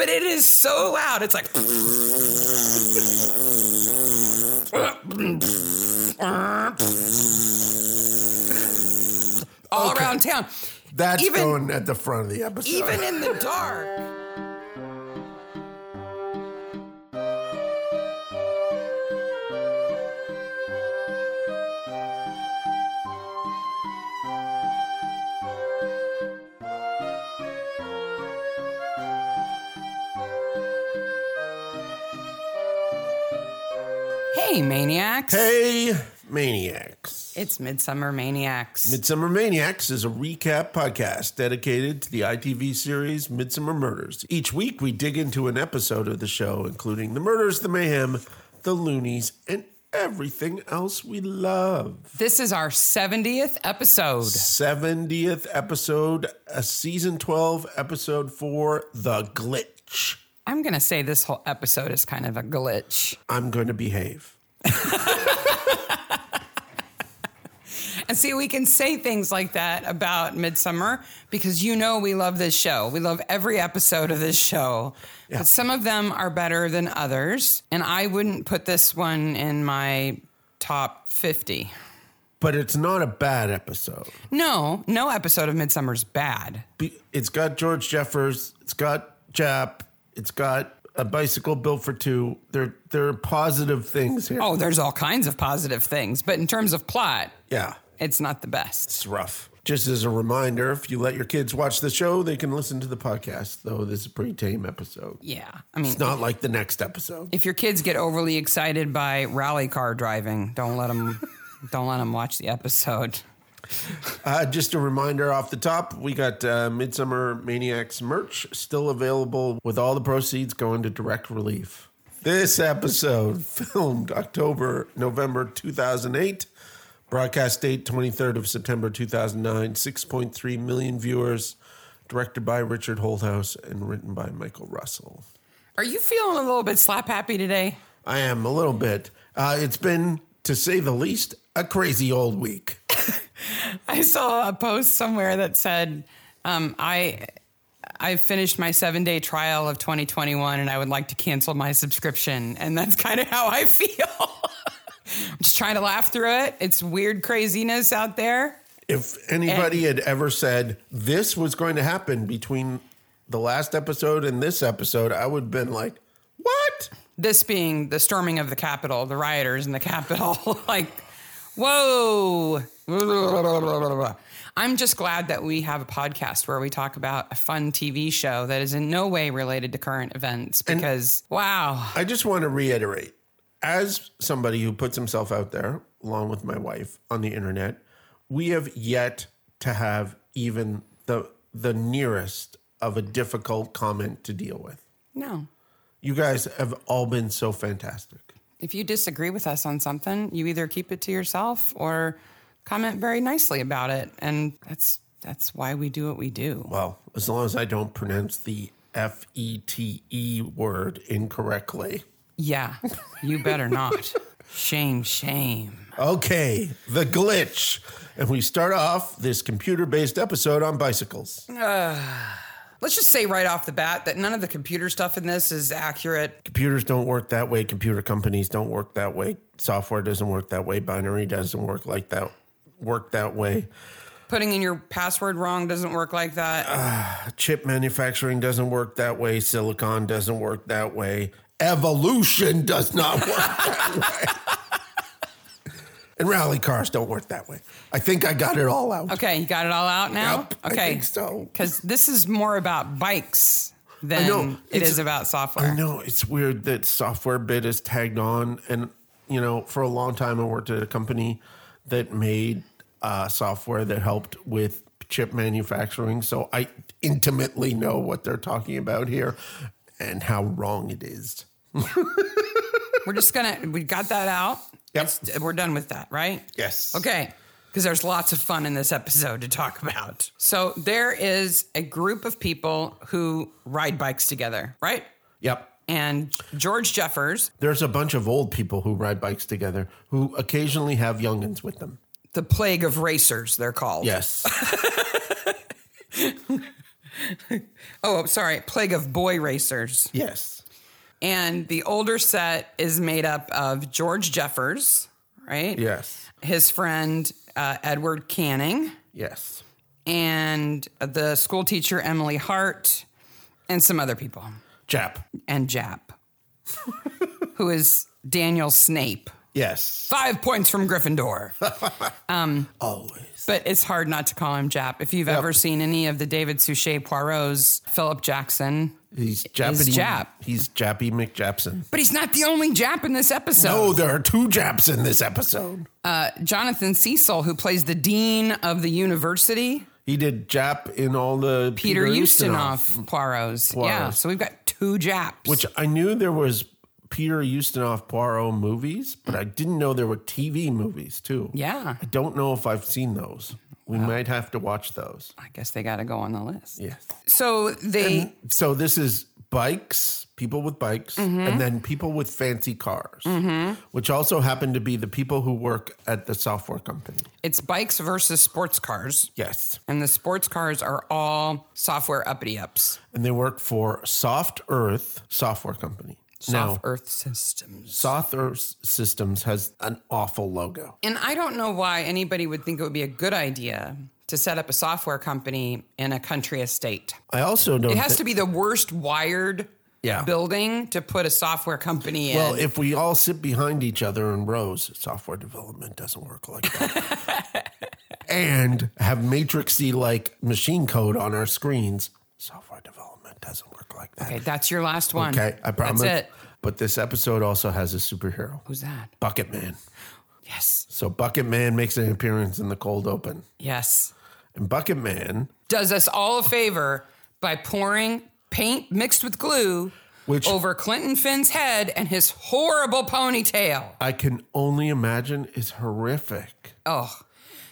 is so loud. It's like. all around town. That's Even- going at the front of the episode. Even in the dark. Hey, maniacs. hey, maniacs! It's Midsummer Maniacs. Midsummer Maniacs is a recap podcast dedicated to the ITV series Midsummer Murders. Each week, we dig into an episode of the show, including the murders, the mayhem, the loonies, and everything else we love. this is our 70th episode. Seventieth episode, a season twelve, episode four, the glitch. I'm going to say this whole episode is kind of a glitch. I'm going to behave. And see, we can say things like that about Midsummer because you know we love this show. We love every episode of this show. But some of them are better than others. And I wouldn't put this one in my top 50. But it's not a bad episode. No, no episode of Midsummer's bad. Be- It's got George Jeffers. It's got Jap. It's got a bicycle built for two. There, there are positive things here. Oh, there's all kinds of positive things. But in terms of plot, yeah, it's not the best. it's rough. Just as a reminder, if you let your kids watch the show, they can listen to the podcast. Though this is a pretty tame episode. Yeah. I mean, It's not like the next episode. if your kids get overly excited by rally car driving, don't let them don't let them watch the episode. Uh, just a reminder off the top, we got uh, Midsummer Maniacs merch still available with all the proceeds going to direct relief. This episode, filmed October, November 2008, broadcast date 23rd of September 2009, 6.3 million viewers, directed by Richard Holdhouse and written by Michael Russell. Are you feeling a little bit slap happy today? I am a little bit. Uh, it's been, to say the least, a crazy old week. I saw a post somewhere that said, um, "I I finished my seven day trial of 2021, and I would like to cancel my subscription." And that's kind of how I feel. I'm just trying to laugh through it. It's weird craziness out there. If anybody had ever said this was going to happen between the last episode and this episode, I would have been like, what? This being the storming of the Capitol, the rioters in the Capitol, like, whoa. I'm just glad that we have a podcast where we talk about a fun TV show that is in no way related to current events because, wow. I just want to reiterate as somebody who puts himself out there, along with my wife, on the internet, we have yet to have even the the nearest of a difficult comment to deal with. No. You guys have all been so fantastic. If you disagree with us on something, you either keep it to yourself or comment very nicely about it. And that's that's why we do what we do. Well, as long as I don't pronounce the F E T E word incorrectly. Yeah. You better not. Shame, shame. Okay, the glitch. And we start off this computer based episode on bicycles. Let's just say right off the bat that none of the computer stuff in this is accurate. Computers don't work that way. Computer companies don't work that way. Software doesn't work that way. Binary doesn't work like that. Work that way. Putting in your password wrong doesn't work like that. Uh, Chip manufacturing doesn't work that way. Silicon doesn't work that way. Evolution does not work that way. And rally cars don't work that way. I think I got it all out. okay, you got it all out now? Yep, I okay. think so. Because this is more about bikes than know, it it's- is about software. I know it's weird that software bit is tagged on, and you know, for a long time I worked at a company that made uh, software that helped with chip manufacturing, so I intimately know what they're talking about here and how wrong it is. We're just gonna we got that out. Yep. It's- We're done with that, right? Yes. Okay. Because there's lots of fun in this episode to talk about. So there is a group of people who ride bikes together, right? Yep. And George Jeffers, There's a bunch of old people who ride bikes together who occasionally have youngins with them. the plague of racers, they're called. Yes. oh, sorry, Plague of Boy Racers. Yes. And the older set is made up of George Jeffers, right? Yes. His friend uh, Edward Canning, Yes. and the school teacher Emily Hart, and some other people, Chap. and Jap, who is Daniel Snape. Yes. Five points from Gryffindor. Always. But it's hard not to call him Jap. If you've ever seen any of the David Suchet Poirot's Philip Jackson, He's Japanese. Jap. He's Jappy McJapson. but he's not the only Jap in this episode. Oh, there are two Japs in this episode. Jonathan Cecil, who plays the dean of the university, He did Jap in all the Peter, Ustinov, Poirot's. Yeah, Poirot's. so we've got two Japs. Which I knew there was Peter Ustinov Poirot movies, but I didn't know there were TV movies too. yeah, I don't know if I've seen those. We might have to watch those. I guess they got to go on the list. Yes. So they So this is bikes, people with bikes, Mm-hmm. and then people with fancy cars, which also happen to be the people who work at the software company. it's bikes versus sports cars, Yes. and the sports cars are all software uppity ups. And they work for Soft Earth Software Company. Soft now, Earth Systems. Soft Earth Systems has an awful logo. And I don't know why anybody would think it would be a good idea to set up a software company in a country estate. I also don't It has thi- to be the worst wired Yeah. building to put a software company in. Well, if we all sit behind each other in rows, software development doesn't work like that. and have matrixy like machine code on our screens, software development doesn't work like that. okay, that's your last one. Okay, I promise. That's it. But this episode also has a superhero, Who's that? Bucket Man. Yes. So Bucket Man makes an appearance in the cold open, Yes. and Bucket Man, Does us all a favor by pouring paint mixed with glue which over Clinton Finn's head and his horrible ponytail. I can only imagine is horrific. Oh,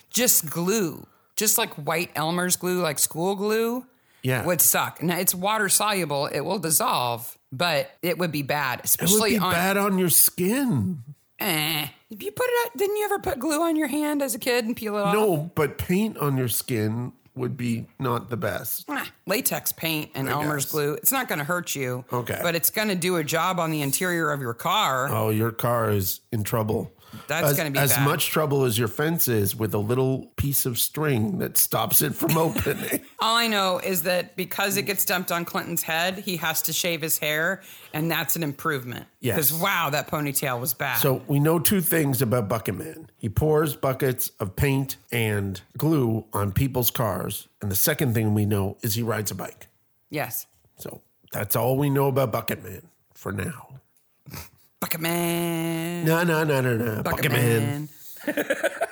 just glue, just like white Elmer's glue, like school glue. Yeah. would suck. Now it's water soluble; it will dissolve, but it would be bad, It would especially be on. bad on your skin. Eh. If you put it, out, didn't you ever put glue on your hand as a kid and peel it off? No, but paint on your skin would be not the best. Ah, Latex paint and Elmer's guess. glue. It's not going to hurt you. Okay. But it's going to do a job on the interior of your car. Oh, your car is in trouble. That's As- gonna be as bad. much trouble as your fence is with a little piece of string that stops it from opening. All I know is that because it gets dumped on Clinton's head, he has to shave his hair, and that's an improvement. Yes. Because wow, that ponytail was bad. so we know two things about Bucket Man. He pours buckets of paint and glue on people's cars, and the second thing we know is he rides a bike. yes. So that's all we know about Bucket Man for now. Bucket Man. No, no, no, no, no. Bucket, Man.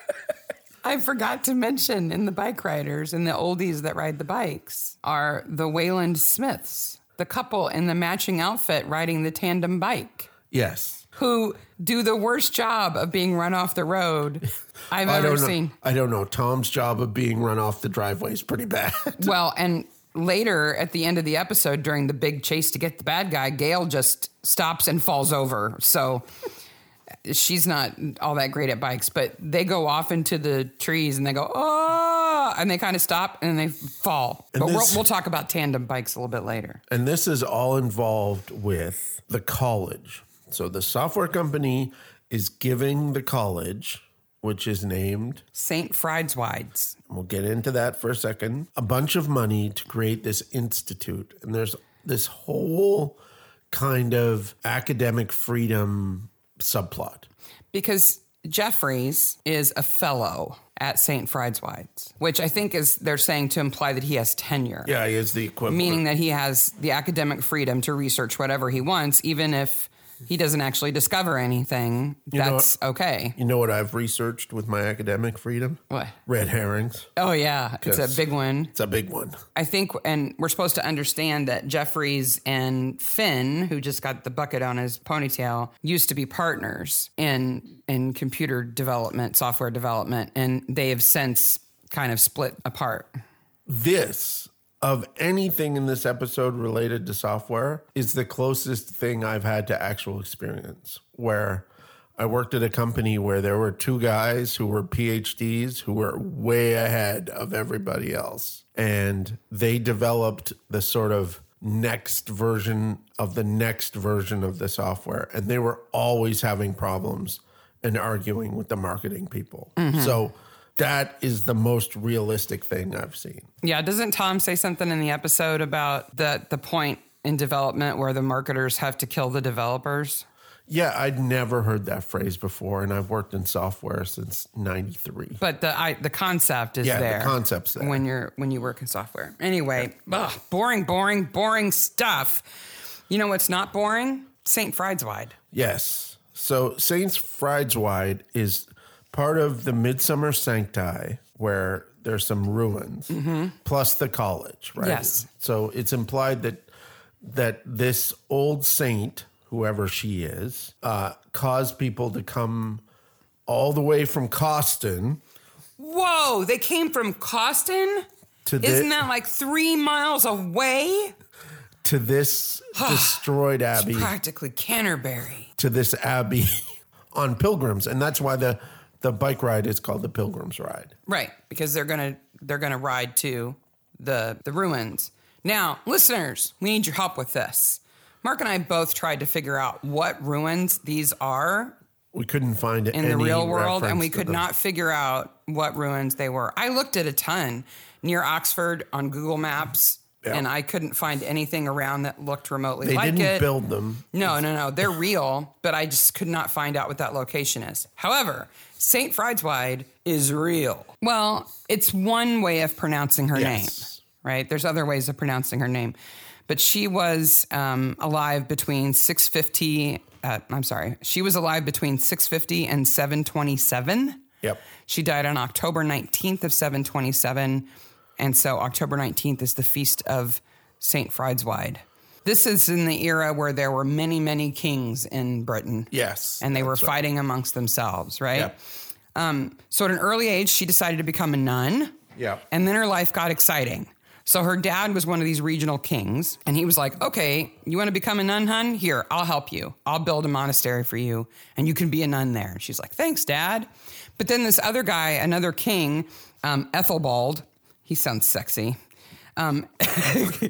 I forgot to mention in the bike riders and the oldies that ride the bikes are the Wayland Smiths, the couple in the matching outfit riding the tandem bike, Yes. who do the worst job of being run off the road I've I ever don't know. seen. I don't know. Tom's job of being run off the driveway is pretty bad. Well, and later at the end of the episode during the big chase to get the bad guy, Gail just stops and falls over. So she's not all that great at bikes, but they go off into the trees and they go, oh, and they kind of stop and they fall. but this- we'll, we'll talk about tandem bikes a little bit later. And this is all involved with the college. So the software company is giving the college, which is named, St. Fried's Wides. we'll get into that for a second, a bunch of money to create this institute. And there's this whole kind of academic freedom subplot. because Jeffries is a fellow at St. Fried's Wides, which I think is they're saying to imply that he has tenure. Yeah, is the equivalent. meaning that he has the academic freedom to research whatever he wants, even if he doesn't actually discover anything. know that's okay. you know what I've researched with my academic freedom? What? Red herrings. Oh yeah, it's a Yes. big one. It's a big one. I think, and we're supposed to understand that Jeffries and Finn, who just got the bucket on his ponytail, used to be partners in in computer development, software development, and they have since kind of split apart. this of anything in this episode related to software is the closest thing I've had to actual experience where I worked at a company where there were two guys who were PhDs who were way ahead of everybody else. and they developed the sort of next version of the next version of the software and they were always having problems and arguing with the marketing people so that is the most realistic thing i've seen Yeah, doesn't Tom say something in the episode about the the point in development where the marketers have to kill the developers? yeah i'd never heard that phrase before and i've worked in software since 93 But the I, the concept is Yeah, the there. concept's there. when you're when you work in software. Anyway, ugh, boring, boring, boring stuff. You know what's not boring? St. Fried's Wide. Yes. So Saints Fried's Wide is part of the Midsummer Sancti, where there's some ruins, plus the college, right? Mm-hmm. Yes. So it's implied that that this old saint, whoever she is, uh, caused people to come all the way from Coston Whoa, they came from Costin. to this Isn't that like three miles away? to this destroyed abbey. Practically Canterbury. to this abbey on pilgrims, and that's why the the bike ride is called the Pilgrim's Ride. Right, because they're gonna they're gonna ride to the the ruins. Now, listeners, we need your help with this. Mark and I both tried to figure out what ruins these are We couldn't find it in the real world, and we could not figure out what ruins they were. I looked at a ton near Oxford on Google Maps, Yeah. and I couldn't find anything around that looked remotely They like didn't it. build them. No, no, no. They're real, but I just could not find out what that location is. However, St. Fried's Wide is real. Well, it's one way of pronouncing her Yes. name, right? There's other ways of pronouncing her name. But she was um, alive between 650, uh, I'm sorry, she was alive between 650 and 727. Yep. She died on October 19th of 727. And so October 19th is the feast of St. Fried's Wide. This is in the era where there were many, many kings in Britain. Yes. And they were fighting amongst themselves, right? Yep. Um, so at an early age, she decided to become a nun. Yep. And then her life got exciting. So her dad was one of these regional kings, and he was like, "Okay, you want to become a nun, hun? Here, I'll help you. I'll build a monastery for you, and you can be a nun there." And she's like, "Thanks, dad." But then this other guy, another king, um, Ethelbald, he sounds sexy. Um,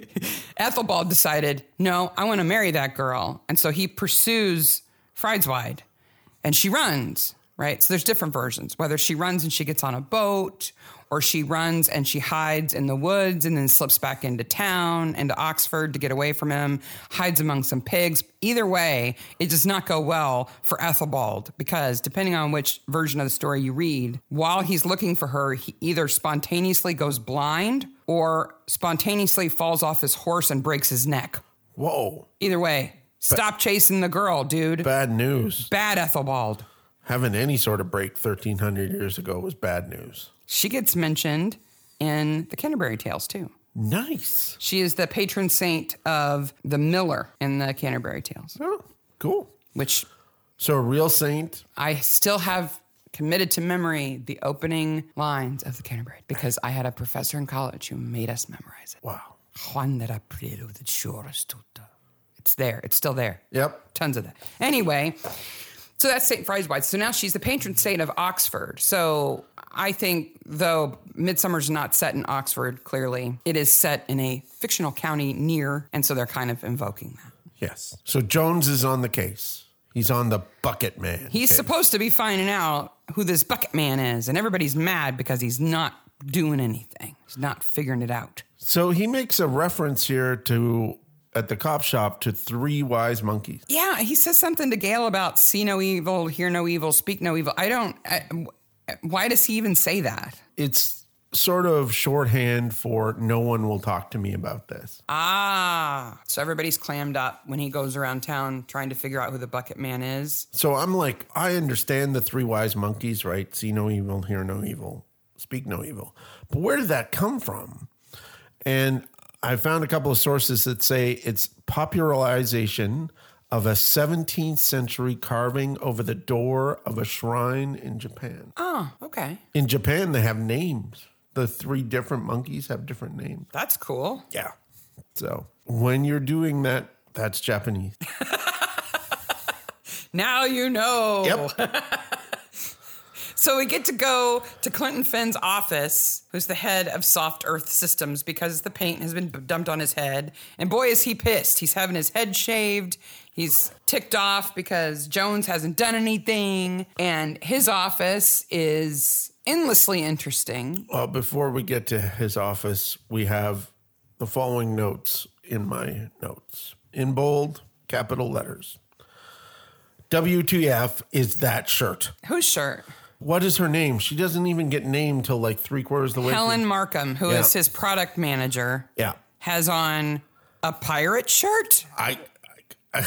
Ethelbald decided, "No, I want to marry that girl," and so he pursues Frideswide and she runs, right? So there's different versions, whether she runs and she gets on a boat or she runs and she hides in the woods and then slips back into town and to Oxford to get away from him, hides among some pigs. Either way, it does not go well for Ethelbald because depending on which version of the story you read, while he's looking for her, he either spontaneously goes blind or spontaneously falls off his horse and breaks his neck. Whoa. Either way, stop chasing the girl, dude. Bad news. Bad Ethelbald. Having any sort of break 1300 years ago was bad news. She gets mentioned in the Canterbury Tales too. Nice. She is the patron saint of the miller in the Canterbury Tales, Oh, cool. which So a real saint. I still have committed to memory the opening lines of the Canterbury because I had a professor in college who made us memorize it. Wow. Juan de Rapido de Churastuta. It's there. It's still there. Yep. Tons of that. Anyway, so that's St. Fried's Wide. So now she's the patron saint of Oxford. So I think, though Midsummer's not set in Oxford, clearly, it is set in a fictional county near, and so they're kind of invoking that. Yes. So Jones is on the case. He's on the bucket man. He's case. supposed to be finding out who this bucket man is, and everybody's mad because he's not doing anything. He's not figuring it out. so he makes a reference here to at the cop shop to three wise monkeys. Yeah, he says something to Gail about see no evil, hear no evil, speak no evil. I don't. I, why does he even say that? It's sort of shorthand for no one will talk to me about this. Ah, so everybody's clammed up when he goes around town trying to figure out who the bucket man is. So I'm like, I understand the three wise monkeys, right? See no evil, hear no evil, speak no evil. But where did that come from? And I found a couple of sources that say it's popularization of a 17th century carving over the door of a shrine in Japan. Oh, okay. In Japan, they have names. The three different monkeys have different names. That's cool. Yeah. So when you're doing that, that's Japanese. Now you know. Yep. So So we get to go to Clinton Finn's office, who's the head of Soft Earth Systems, because the paint has been dumped on his head. And boy, is he pissed. He's having his head shaved. He's ticked off because Jones hasn't done anything. And his office is endlessly interesting. Well, Uh, before we get to his office, we have the following notes in my notes in bold capital letters. WTF is that shirt? Whose shirt? What is her name? She doesn't even get named till like three quarters of the way. through- Helen Markham, who is Yeah. his product manager, Yeah, has on a pirate shirt, I, I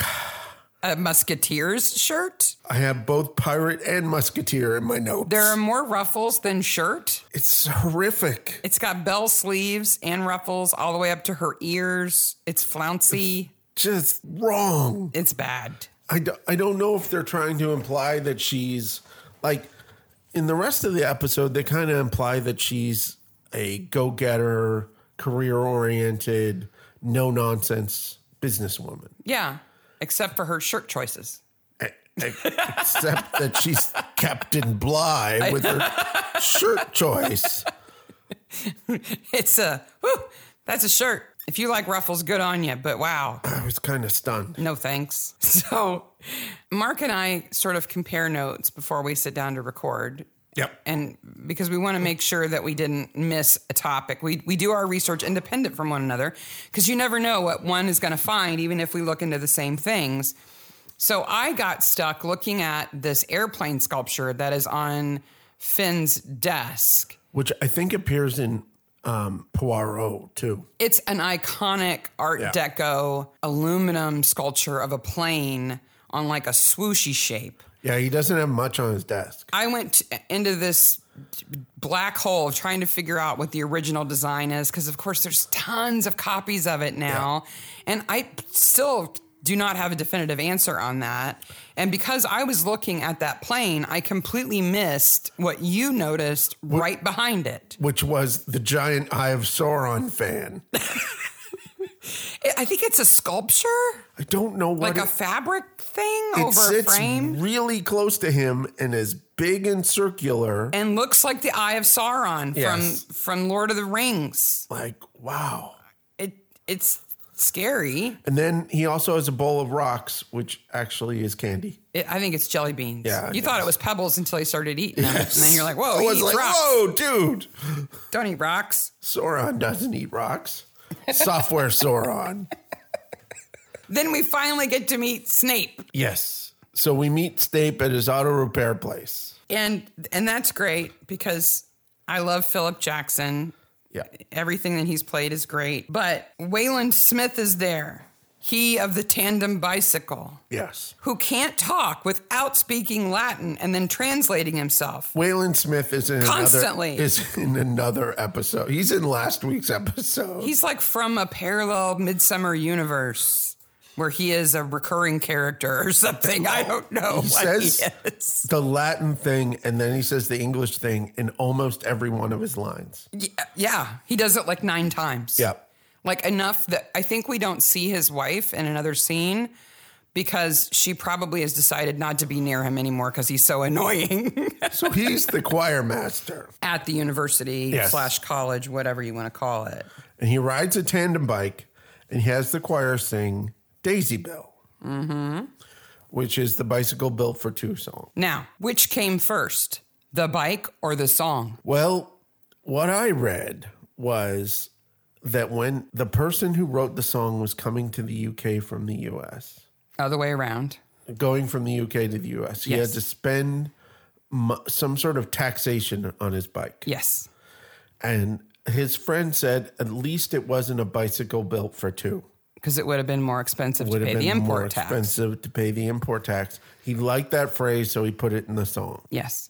a musketeer's shirt. I have both pirate and musketeer in my notes. There are more ruffles than shirt. it's horrific. It's got bell sleeves and ruffles all the way up to her ears. It's flouncy. Just wrong. It's bad. I, do, I don't know if they're trying to imply that she's like in the rest of the episode they kind of imply that she's a go-getter career oriented no nonsense businesswoman e, Yeah, except for her shirt choices. except that she's captain bligh with her shirt choice It's a, whew, that's a shirt. If you like ruffles, good on you, but wow, i was kind of stunned no thanks. So, Mark and I sort of compare notes before we sit down to record. yep And because we want to make sure that we didn't miss a topic, we, we do our research independent from one another because you never know what one is going to find, even if we look into the same things. So I got stuck looking at this airplane sculpture that is on Finn's desk. which i think appears in um, poirot too It's an iconic Art Yeah. Deco aluminum sculpture of a plane on like a swooshy shape. yeah he doesn't have much on his desk I went t into this black hole of trying to figure out what the original design is because, of course, there's tons of copies of it now, and I still do not have a definitive answer on that. And because I was looking at that plane, I completely missed what you noticed right behind it. which was the giant eye of sauron fan I- I think it's a sculpture, I don't know what like a it- fabric thing it over a sits frame. really close to him and is big and circular. and looks like the Eye of Sauron Yes. from from Lord of the Rings. like wow. It it's scary. And then he also has a bowl of rocks, which actually is candy. It, I think it's jelly beans. Yeah, I you thought guess. it was pebbles until you started eating them, and then you're like, "Whoa, I he was eats like, rocks. whoa, dude! Don't eat rocks." Sauron doesn't eat rocks. Software Sauron. Then we finally get to meet Snape, Yes. So we meet Snape at his auto repair place. and and that's great because I love Philip Jackson. Yeah. Everything that he's played is great, but Wayland Smith is there. He of the tandem bicycle, Yes. who can't talk without speaking Latin and then translating himself. Waylon Smith is in Constantly. another is in another episode. He's in last week's episode. He's like from a parallel Midsummer universe where he is a recurring character or something. I don't know. He what says he is. the Latin thing, and then he says the English thing in almost every one of his lines. Y- Yeah, he does it like nine times. Yep. Like enough that I think we don't see his wife in another scene because she probably has decided not to be near him anymore because he's so annoying So he's the choir master, at the university Yes. slash college, whatever you want to call it. and he rides a tandem bike, and he has the choir sing Daisy Bell, Mm-hmm. which is the bicycle built for two song. Now, which came first, the bike or the song? Well, what I read was that when the person who wrote the song was coming to the UK from the US, Other way around. going from the UK to the US, he Yes. had to spend mo- some sort of taxation on his bike. Yes. And his friend said, at least it wasn't a bicycle built for two. because it would have been more expensive Would to pay have the been more import tax. expensive to pay the import tax. He liked that phrase, so he put it in the song. Yes.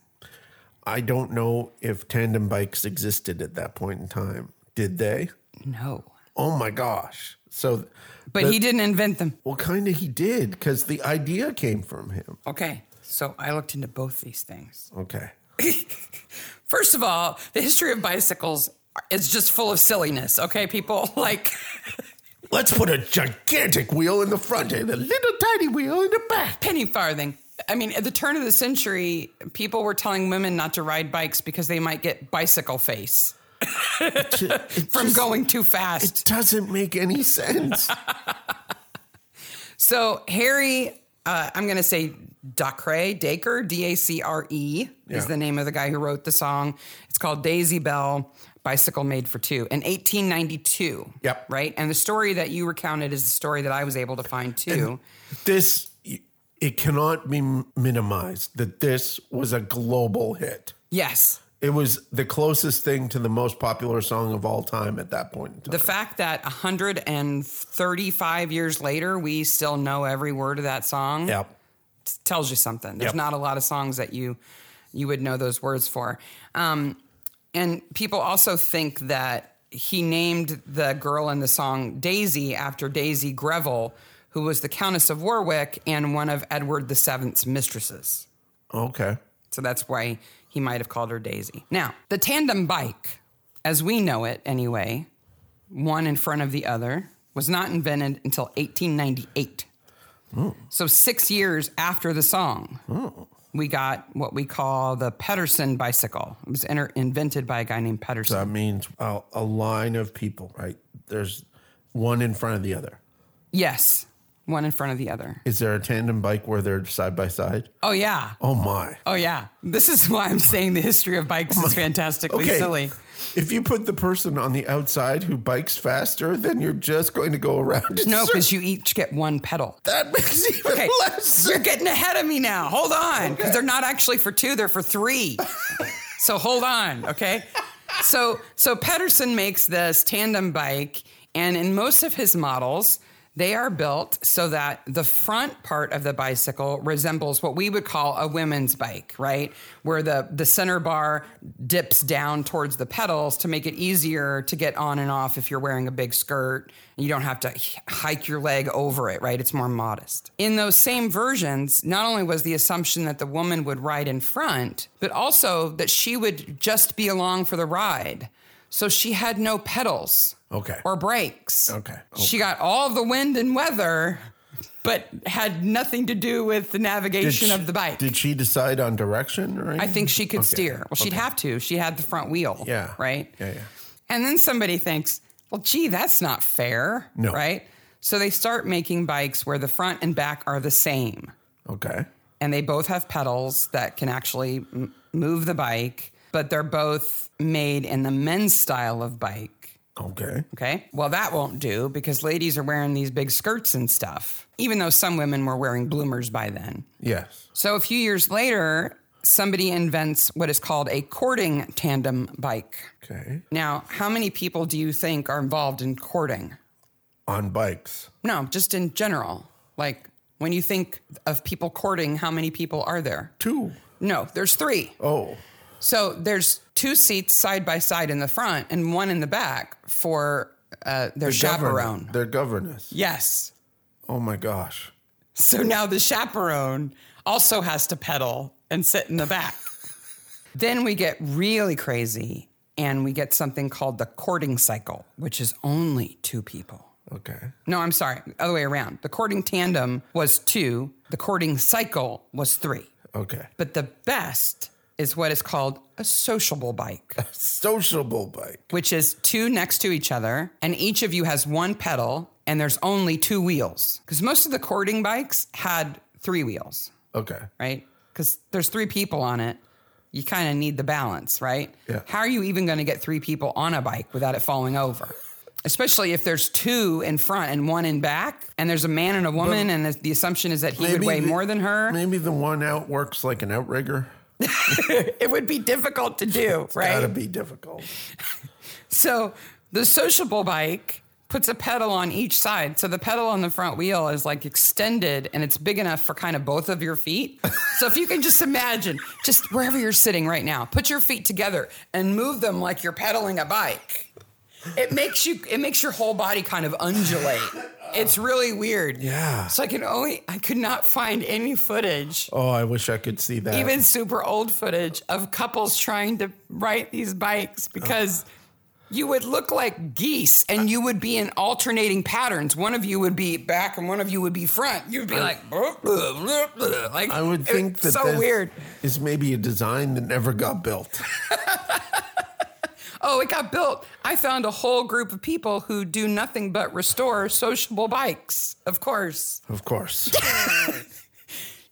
I don't know if tandem bikes existed at that point in time. Did they? No. Oh my gosh. So, But he didn't invent them. well, kind of he did because the idea came from him. Okay. So I looked into both these things. Okay. First of all, the history of bicycles is just full of silliness. Okay, people like Let's put a gigantic wheel in the front and a little tiny wheel in the back. penny farthing. I mean, at the turn of the century, people were telling women not to ride bikes because they might get bicycle face from going too fast. It doesn't make any sense. So Harry, uh, I'm going to say Dacre, Dacre, D A C R E Yeah. is the name of the guy who wrote the song. It's called Daisy Bell, Bicycle Made for Two, in 1892. Yep. Right? And the story that you recounted is the story that I was able to find too. this it cannot be minimized that this was a global hit. yes. It was the closest thing to the most popular song of all time at that point. In time. The fact that 135 years later, we still know every word of that song. yeah. tells you something. There's Yep. not a lot of songs that you you would know those words for. Um, and people also think that he named the girl in the song Daisy after Daisy Greville, who was the Countess of Warwick and one of Edward VII's mistresses. Okay. So that's why he might have called her Daisy. Now, the tandem bike, as we know it anyway, one in front of the other, was not invented until 1898. So six years after the song, we got what we call the Pedersen bicycle. It was inter- invented by a guy named Pedersen. That means a, a line of people, right? There's one in front of the other. yes, one in front of the other. Is there a tandem bike where they're side by side? Oh yeah, Oh my. oh yeah. This is why I'm saying the history of bikes is fantastically Okay. silly. If you put the person on the outside who bikes faster, then you're just going to go around. in No, circles. because you each get one pedal. that makes even Okay, less sense. you're getting ahead of me now. Hold on, because they're not actually for two; they're for three. so hold on, okay? So so Pedersen makes this tandem bike, and in most of his models, they are built so that the front part of the bicycle resembles what we would call a women's bike, right? Where the the center bar dips down towards the pedals to make it easier to get on and off if you're wearing a big skirt. You don't have to h- hike your leg over it, right? It's more modest. In those same versions, not only was the assumption that the woman would ride in front, but also that she would just be along for the ride. So she had no pedals Okay. or brakes. Okay. Oh. She got all the wind and weather, but had nothing to do with the Did navigation she- of the bike. Did she decide on direction or I anything? think she could steer. Well, she'd have to. She had the front wheel. Yeah. Right? Yeah, yeah. And then somebody thinks, well, gee, that's not fair. No. Right? So they start making bikes where the front and back are the same Okay. and they both have pedals that can actually m- move the bike, but they're both made in the men's style of bike. Okay. Okay. Well, that won't do because ladies are wearing these big skirts and stuff, even though some women were wearing bloomers by then. Yes. So a few years later, somebody invents what is called a courting tandem bike. Okay. Now, how many people do you think are involved in courting? On bikes. No, just in general. Like when you think of people courting, how many people are there? Two. No, there's three. Oh. So there's two seats side by side in the front and one in the back for uh, their chaperone. Govern- their governess. Yes. Oh my gosh. So now the chaperone also has to pedal and sit in the back. then we get really crazy and we get something called the courting cycle, which is only two people. Okay. No, I'm sorry, other way around. The courting tandem was two, the courting cycle was three. Okay. But the best is what is called a sociable bike. Sociable bike. which is two next to each other, and each of you has one pedal, and there's only two wheels. Because most of the courting bikes had three wheels, Okay. right? Because there's three people on it. You kind of need the balance, right? Yeah. How are you even going to get three people on a bike without it falling over? Especially if there's two in front and one in back, and there's a man and a woman, and the- the assumption is that he would weigh the- more than her. Maybe the one out works like an outrigger. It would be difficult to do, right? That'd be difficult. So the sociable bike puts a pedal on each side. So the pedal on the front wheel is like extended and it's big enough for kind of both of your feet. so if you can just imagine, just wherever you're sitting right now, put your feet together and move them like you're pedaling a bike. It makes you it makes your whole body kind of undulate. It's really weird. Yeah. So I can only I could not find any footage Oh, I wish I could see that. even super old footage of couples trying to ride these bikes because you would look like geese and you would be in alternating patterns. One of you would be back and one of you would be front. You'd be like, "Bleh, bleh, bleh, bleh." like I would it- think that so this weird. is maybe a design that never got built. Oh, it got built. I found a whole group of people who do nothing but restore sociable bikes. Of course, Of course.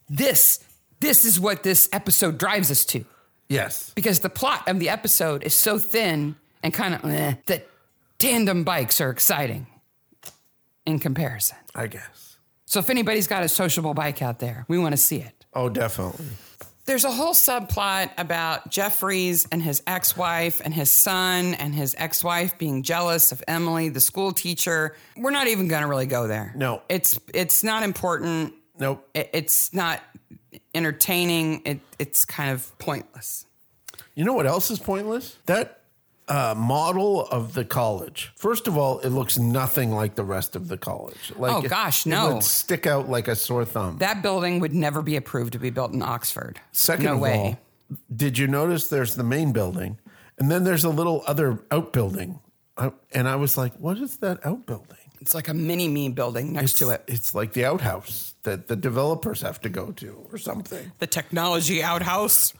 this this is what this episode drives us to. yes. because the plot of the episode is so thin and kind of eh, that tandem bikes are exciting in comparison. I guess. So if anybody's got a sociable bike out there, we want to see it. Oh, definitely. There's a whole subplot about Jeffries and his ex wife and his son and his ex wife being jealous of Emily, the school teacher. We're not even going to really go there. No. It's, it's not important. Nope. It, it's not entertaining. It, it's kind of pointless. You know what else is pointless? That uh, model of the college. First of all, it looks nothing like the rest of the college. Like, Oh, it- gosh, it no. would stick out like a sore thumb. That building would never be approved to be built in Oxford. Second no of way. all, did you notice there's the main building, and then there's a little other outbuilding, I, and I was like, what is that outbuilding? It's like a mini me building next to it. It's like the outhouse that the developers have to go to or something. The technology outhouse.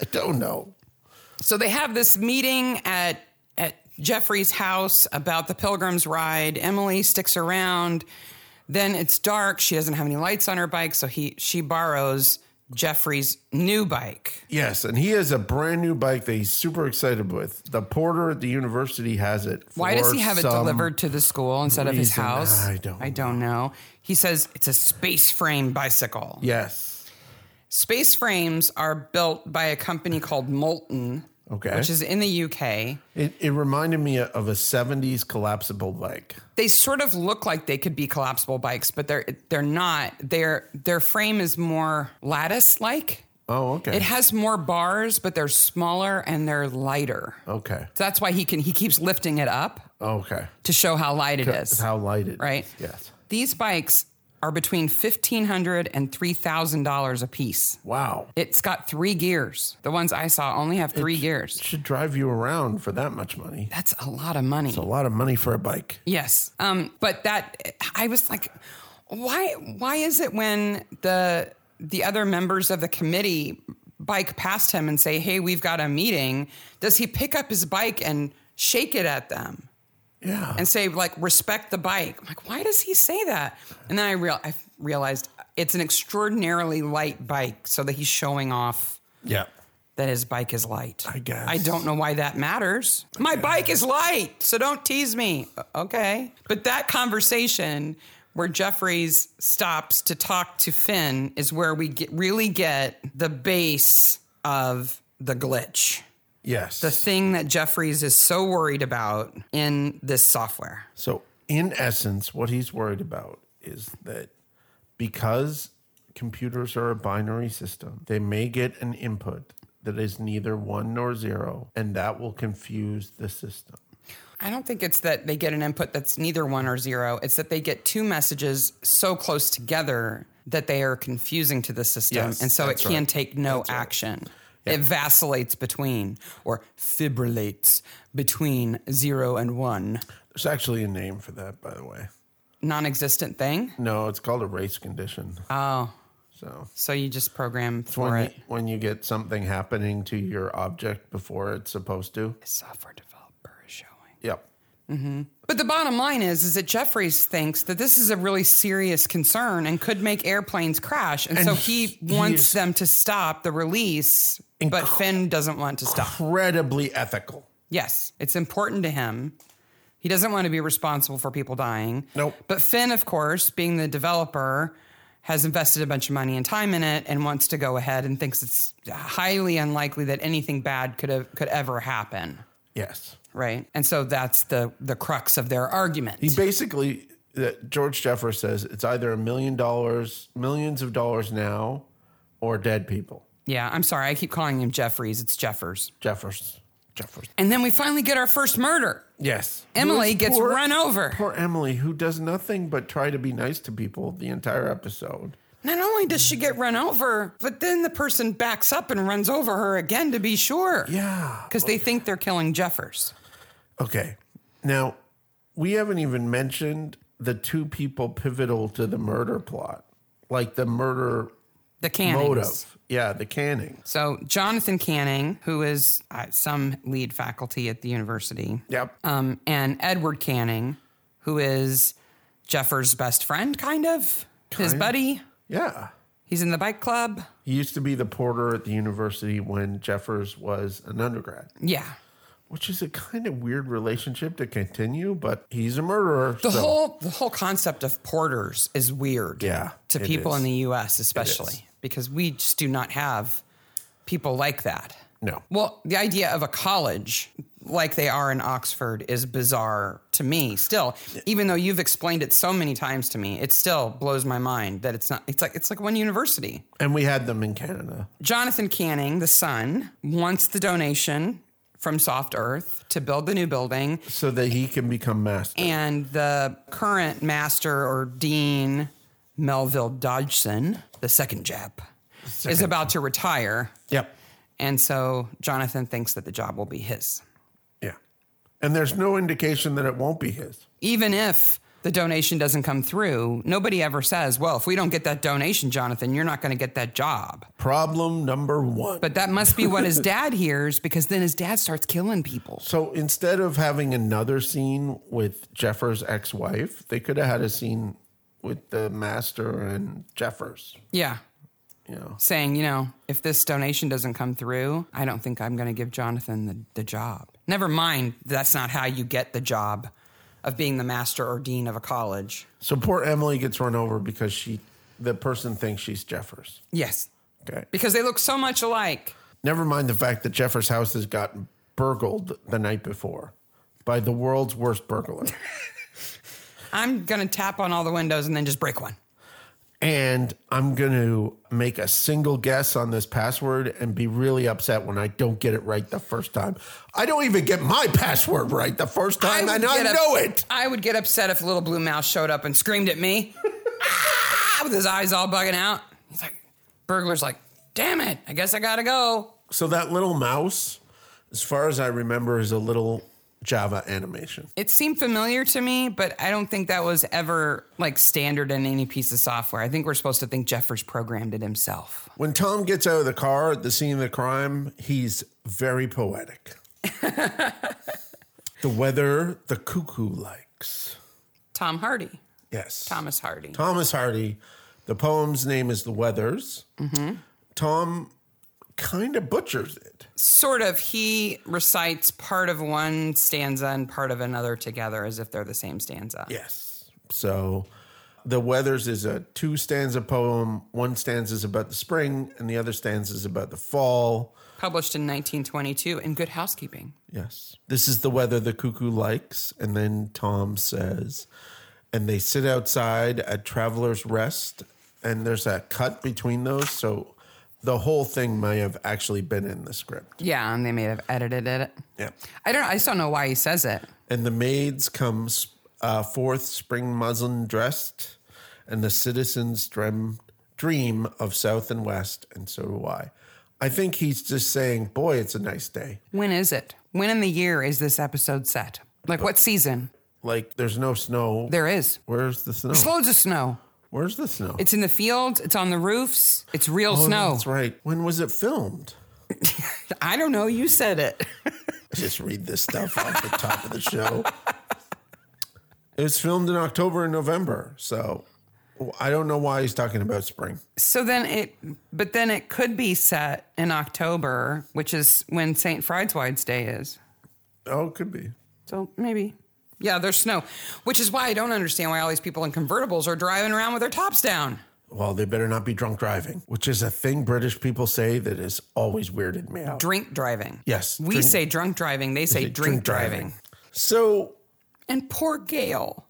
I don't know. So they have this meeting at at Jeffrey's house about the Pilgrim's Ride. Emily sticks around. Then it's dark. She doesn't have any lights on her bike, so he she borrows Jeffrey's new bike. Yes, and he has a brand new bike that he's super excited with. The porter at the university has it. Why does for he have it some- delivered to the school instead of his reason, house? I don't I don't know. He says it's a space frame bicycle. Yes. Space frames are built by a company called Molten, Okay. which is in the UK. It, it reminded me of a 70s collapsible bike. They sort of look like they could be collapsible bikes, but they're they're not. Their their frame is more lattice like. Oh, okay. It has more bars, but they're smaller and they're lighter. okay. So that's why he can he keeps lifting it up Okay. to show how light it It's is. how light it is. right? Yes. These bikes are between fifteen hundred and three thousand dollars a piece. Wow. It's got three gears. The ones I saw only have three gears. Should drive you around for that much money. That's a lot of money. A lot of money for a bike. yes. Um, but that I was like, why why is it when the the other members of the committee bike past him and say, Hey, we've got a meeting, does he pick up his bike and shake it at them Yeah. and say, like, respect the bike? I'm like, why does he say that? And then I real I realized it's an extraordinarily light bike, so that he's showing off yeah. that his bike is light. I guess. I don't know why that matters. My bike is light, so don't tease me. O- Okay. But that conversation where Jeffries stops to talk to Finn is where we get, really get the base of the glitch. Yes. The thing that Jeffries is so worried about in this software. So, in essence, what he's worried about is that because computers are a binary system, they may get an input that is neither one nor zero, and that will confuse the system. I don't think it's that they get an input that's neither one or zero. It's that they get two messages so close together that they are confusing to the system. Yes, and so it that's can right. take no action. It vacillates between or fibrillates between zero and one. There's actually a name for that, by the way. Non existent thing. No, it's called a race condition. Oh. So, So you just program for when you, it. when you get something happening to your object before it's supposed to, Software developer is showing. yep. But the bottom line is, is that Jeffries thinks that this is a really serious concern and could make airplanes crash, and, so he he wants is- them to stop the release. But Finn doesn't want to stop. Incredibly ethical. Yes, it's important to him. He doesn't want to be responsible for people dying. Nope. But Finn, of course, being the developer, has invested a bunch of money and time in it and wants to go ahead and thinks it's highly unlikely that anything bad could have could ever happen. Yes. Right. And so that's the the crux of their argument. He basically, that George Jeffers says it's either a million dollars, millions of dollars now, or dead people. Yeah, I'm sorry. I keep calling him Jeffries. It's Jeffers. Jeffers. Jeffers. And then we finally get our first murder. Yes. Emily Who is gets poor- run over. Poor Emily, who does nothing but try to be nice to people the entire episode. Not only only does she get run over, but then the person backs up and runs over her again to be sure. Yeah. Because they think they're killing Jeffers. Okay. Now, we haven't even mentioned the two people pivotal to the murder plot, like the murder The Cannings. motive. Yeah, the canning. So Jonathan Canning, who is uh, some lead faculty at the university, Yep. um, and Edward Canning, who is Jeffers' best friend, kind of his buddy. yeah. He's in the bike club. He used to be the porter at the university when Jeffers was an undergrad, Yeah. which is a kind of weird relationship to continue, but he's a murderer. The so- whole the whole concept of porters is weird. Yeah, To it people is. in the US especially. Because we just do not have people like that. No. Well, the idea of a college like they are in Oxford is bizarre to me still. Even though you've explained it so many times to me, it still blows my mind that it's not it's like it's like one university. And we had them in Canada. Jonathan Canning, the son, wants the donation from Soft Earth to build the new building So that he can become master. and the current master or dean, Melville Dodgson, the second Jap, is about to retire. yep. And so Jonathan thinks that the job will be his, Yeah. And there's no indication that it won't be his. even if the donation doesn't come through. Nobody ever says, "Well, if we don't get that donation, Jonathan, you're not going to get that job." Problem number one. But that must be what his dad hears because then his dad starts killing people. so instead of having another scene with Jeffers' ex wife, they could have had a scene with the master and Jeffers. Yeah. You know, saying, you know, if this donation doesn't come through, I don't think I'm going to give Jonathan the, the job. Never mind, that's not how you get the job of being the master or dean of a college. so poor Emily gets run over because she, the person thinks she's Jeffers. Yes, Okay. because they look so much alike. Never mind the fact that Jeffers' house has gotten burgled the night before by the world's worst burglar. I'm going to tap on all the windows and then just break one. and I'm going to make a single guess on this password and be really upset when I don't get it right the first time. I don't even get my password right the first time, would and I get up- know it. I would get upset if Little Blue Mouse showed up and screamed at me ah, with his eyes all bugging out. He's like, burglar's like, damn it, I guess I got to go. So that little mouse, as far as I remember, is a little Java animation. it seemed familiar to me, but I don't think that was ever like standard in any piece of software. I think we're supposed to think Jeffers programmed it himself. When Tom gets out of the car at the scene of the crime, he's very poetic. the weather the cuckoo likes. Tom Hardy, Yes. Thomas Hardy. Thomas Hardy. The poem's name is The Weathers. Tom kind of butchers it. Sort of, he recites part of one stanza and part of another together as if they're the same stanza. Yes. So The Weathers is a two stanza poem. One stanza is about the spring, and the other stanza is about the fall. Published in 1922 in Good Housekeeping. Yes. This is the weather the cuckoo likes. And then Tom says, and they sit outside at Traveler's Rest, and there's a cut between those. So the whole thing may have actually been in the script. Yeah, and they may have edited it. Yeah. I don't. I just don't know why he says it. And the maids come sp- uh, forth, spring muslin dressed, and the citizens dream, dream of south and west, and so do I. I think he's just saying, boy, it's a nice day. When is it? When in the year is this episode set? Like what season? Like, there's no snow. There is. Where's the There's snow? loads of snow. Where's the snow? It's in the fields. It's on the roofs. It's real Oh, snow. That's right. When was it filmed? I don't know. You said it. Just read this stuff off the top of the show. It was filmed in October and November. So I don't know why he's talking about spring. So then it, but then it could be set in October, which is when St. Fridswide's Day is. Oh, it could be. So maybe. Yeah, there's snow, which is why I don't understand why all these people in convertibles are driving around with their tops down. Well, they better not be drunk driving, which is a thing British people say that has always weirded me out. Drink driving. Yes, We drink- say drunk driving. They say Drink drink, driving. So, And poor Gail.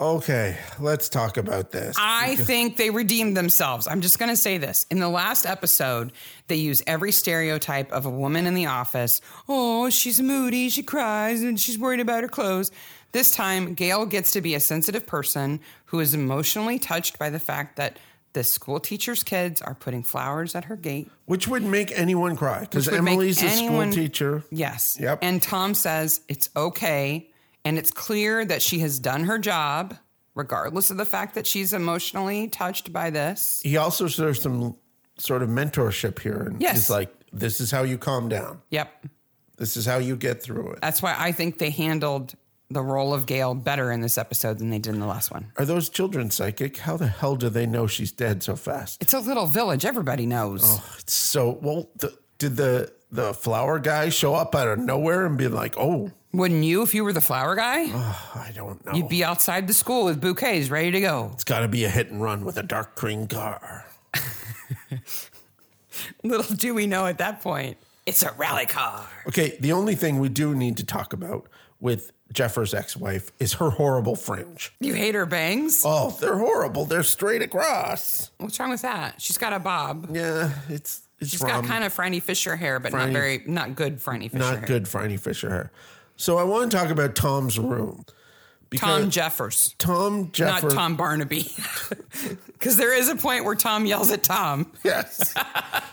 okay, let's talk about this. I think they redeemed themselves. I'm just going to say this. In the last episode, they use every stereotype of a woman in the office. Oh, she's moody, she cries, and she's worried about her clothes. This time, Gail gets to be a sensitive person who is emotionally touched by the fact that the school teacher's kids are putting flowers at her gate. Which would make anyone cry because would make Emily's a anyone- school teacher. Yes. Yep. And Tom says it's okay. And it's clear that she has done her job, regardless of the fact that she's emotionally touched by this. He also serves some sort of mentorship here. And Yes. He's like, this is how you calm down. Yep. This is how you get through it. That's why I think they handled the role of Gail better in this episode than they did in the last one. Are those children psychic? How the hell do they know she's dead so fast? It's a little village. Everybody knows. It's so well. The, did the the flower guy show up out of nowhere and be like, "Oh, Wouldn't you if you were the flower guy? I don't know. You'd be outside the school with bouquets ready to go. it's got to be a hit and run with a dark green car." Little do we know at that point, it's a rally car. Okay, the only thing we do need to talk about with Jeffers' ex-wife is her horrible fringe. You hate her bangs? Oh, they're horrible. They're straight across. What's wrong with that? She's got a bob. Yeah, it's it's She's from got kind of Franny Fisher hair, but not Franny- very, not good Franny Fisher. not hair. good for any Fisher hair. So I want to talk about Tom's room. Tom Jeffers, Tom not Jeffers. Tom Barnaby, because there is a point where Tom yells at Tom. Yes.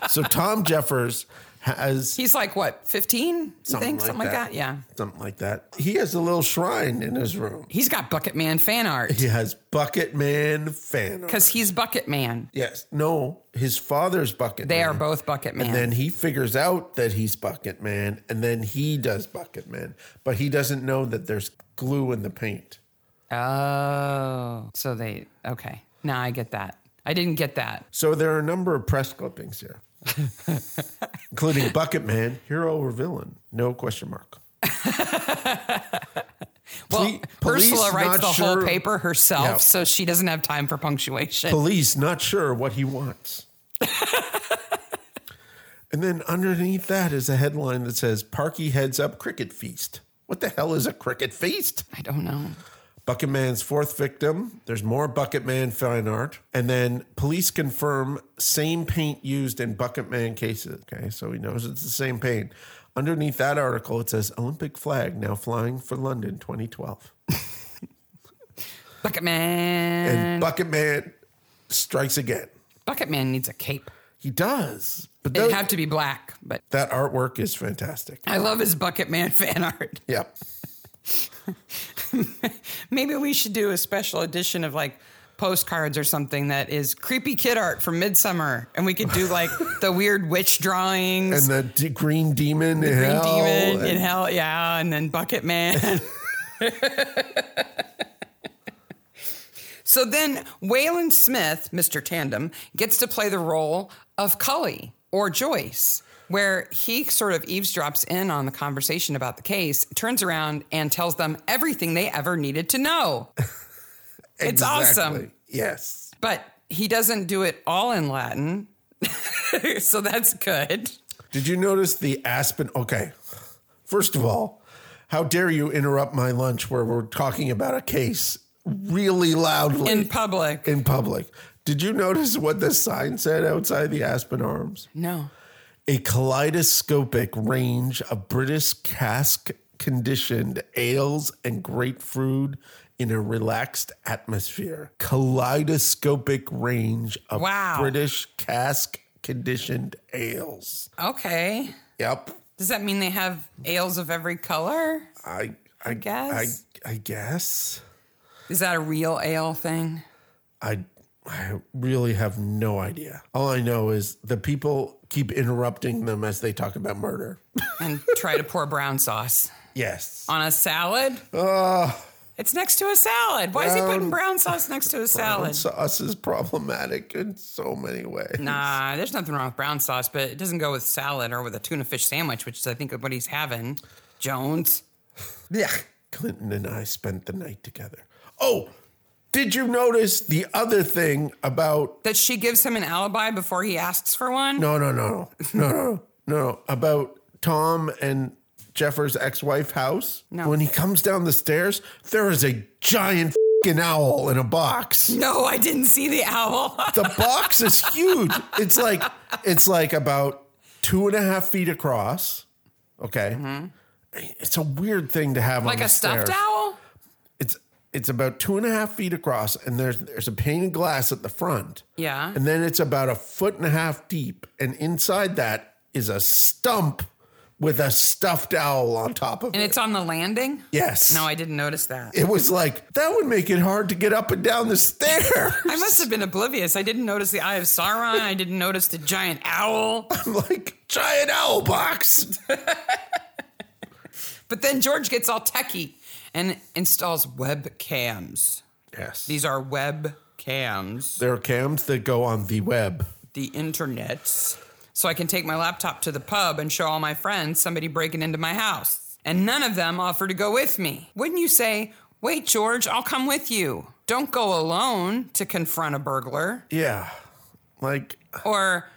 so Tom Jeffers has He's like what, fifteen? something, like, something that. like that. Yeah, Something like that. He has a little shrine in his room. he's got Bucket Man fan art He has Bucket Man fan. art. because he's Bucket Man. Yes. No, his father's Bucket They Man. are both Bucket Man. And then he figures out that he's Bucket Man, and then he does Bucket Man, but he doesn't know that there's glue in the paint. Oh, so they okay. Now I get that. I didn't get that. So there are a number of press clippings here, including Bucket Man, hero or villain? No question mark. Well, Ple- police Ursula writes not the sure- whole paper herself, Yeah. so she doesn't have time for punctuation. Police not sure what he wants. and then underneath that is a headline that says Parky heads up cricket feast. What the hell is a cricket feast? I don't know. Bucket Man's fourth victim. There's more Bucket Man fine art. And then police confirm same paint used in Bucket Man cases. Okay, so he knows it's the same paint. Underneath that article, it says Olympic flag now flying for London 2012. Bucket And Man. Bucket Man strikes again. Bucket Man needs a cape. He does. But It'd tho- have to be black, but that artwork is fantastic. I love his Bucket Man fan art. Yep. Maybe we should do a special edition of like postcards or something that is creepy kid art from Midsummer, and we could do like the weird witch drawings. And the d- green demon Green in hell. Demon in And- hell, yeah, and then Bucket Man. so then Waylon Smith, Mr. Tandem, gets to play the role of Cully or Joyce, where he sort of eavesdrops in on the conversation about the case, turns around and tells them everything they ever needed to know. It's awesome. Exactly. Yes. But he doesn't do it all in Latin. so that's good. Did you notice the Aspen? Okay. First of all, how dare you interrupt my lunch where we're talking about a case really loudly In public. in public? Did you notice what the sign said outside the Aspen Arms? No. A kaleidoscopic range of British cask conditioned ales and grapefruit in a relaxed atmosphere. Kaleidoscopic range of Wow. British cask conditioned ales. Okay. Yep. Does that mean they have ales of every color? I I guess. I, I guess Is that a real ale thing? I I really have no idea. All I know is the people keep interrupting them as they talk about murder. And try to pour brown sauce Yes. on a salad? It's next to a salad. Why is he putting brown sauce next to a salad? Um, Sauce is problematic in so many ways. Nah, Uh, there's nothing wrong with brown sauce, but it doesn't go with salad or with a tuna fish sandwich, which is, I think, what he's having. Jones. Yeah. Clinton and I spent the night together. Oh, did you notice the other thing about That she gives him an alibi before he asks for one? no no no no no no no about Tom and Jeffers' ex-wife house? No. When he comes down the stairs, there is a giant fing owl in a box. No, I didn't see the owl. The box is huge. It's like it's like about two and a half feet across. Okay. It's a weird thing to have on Mm-hmm. like the a stuffed stairs. owl? It's It's about two and a half feet across, and there's there's a pane of glass at the front. Yeah. And then it's about a foot and a half deep, and inside that is a stump with a stuffed owl on top of And it. it's on the landing? yes. No, I didn't notice that. it was like that would make it hard to get up and down the stairs. I must have been oblivious. I didn't notice the Eye of Sauron. I didn't notice the giant owl. I'm like giant owl box. But then George gets all techie and installs web cams. Yes. These are web cams, there are cams that go on the web. the internets. So I can take my laptop to the pub and show all my friends somebody breaking into my house. And none of them offer to go with me. Wouldn't you say, wait, George, I'll come with you? Don't go alone to confront a burglar. Yeah. Like Or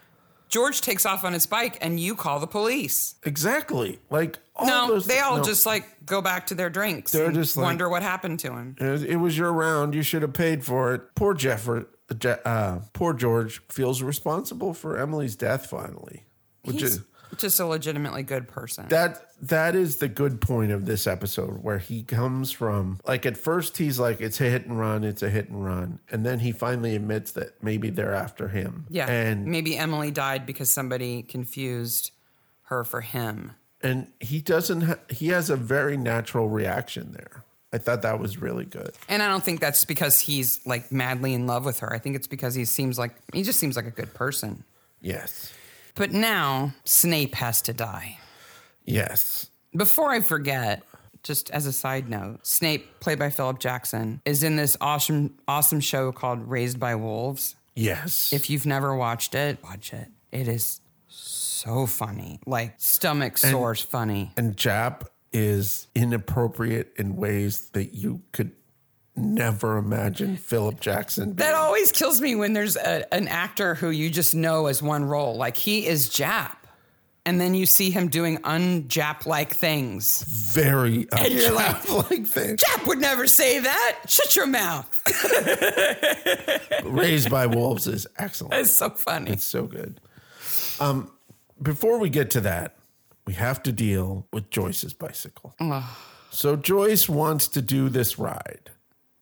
George takes off on his bike and you call the police. exactly. Like all No, those they all no. just like go back to their drinks. They're and just like- wonder what happened to him. It it was your round. You should have paid for it. Poor Jeffrey. Uh, poor George feels responsible for Emily's death. Finally, which He's is just a legitimately good person. that that is the good point of this episode where he comes from. Like at first, he's like, "It's a hit and run. It's a hit and run," and then he finally admits that maybe they're after him. yeah. and maybe Emily died because somebody confused her for him. and he doesn't. Ha- he has a very natural reaction there. I thought that was really good. And I don't think that's because he's like madly in love with her. I think it's because he seems like he just seems like a good person. Yes, But now Snape has to die. yes. Before I forget, just as a side note, Snape, played by Philip Jackson, is in this awesome awesome show called Raised by Wolves. Yes. If you've never watched it, watch it. It is so funny. Like stomach sores funny. and Jap is inappropriate in ways that you could never imagine Philip Jackson. Being. That always kills me when there's a, an actor who you just know as one role. Like he is Jap. And then you see him doing un-Jap like things. Very And you're like- like thing. Jap would never say that. Shut your mouth. Raised by Wolves is excellent. It's so funny. It's so good. Um, before we get to that, we have to deal with Joyce's bicycle. So Joyce wants to do this ride.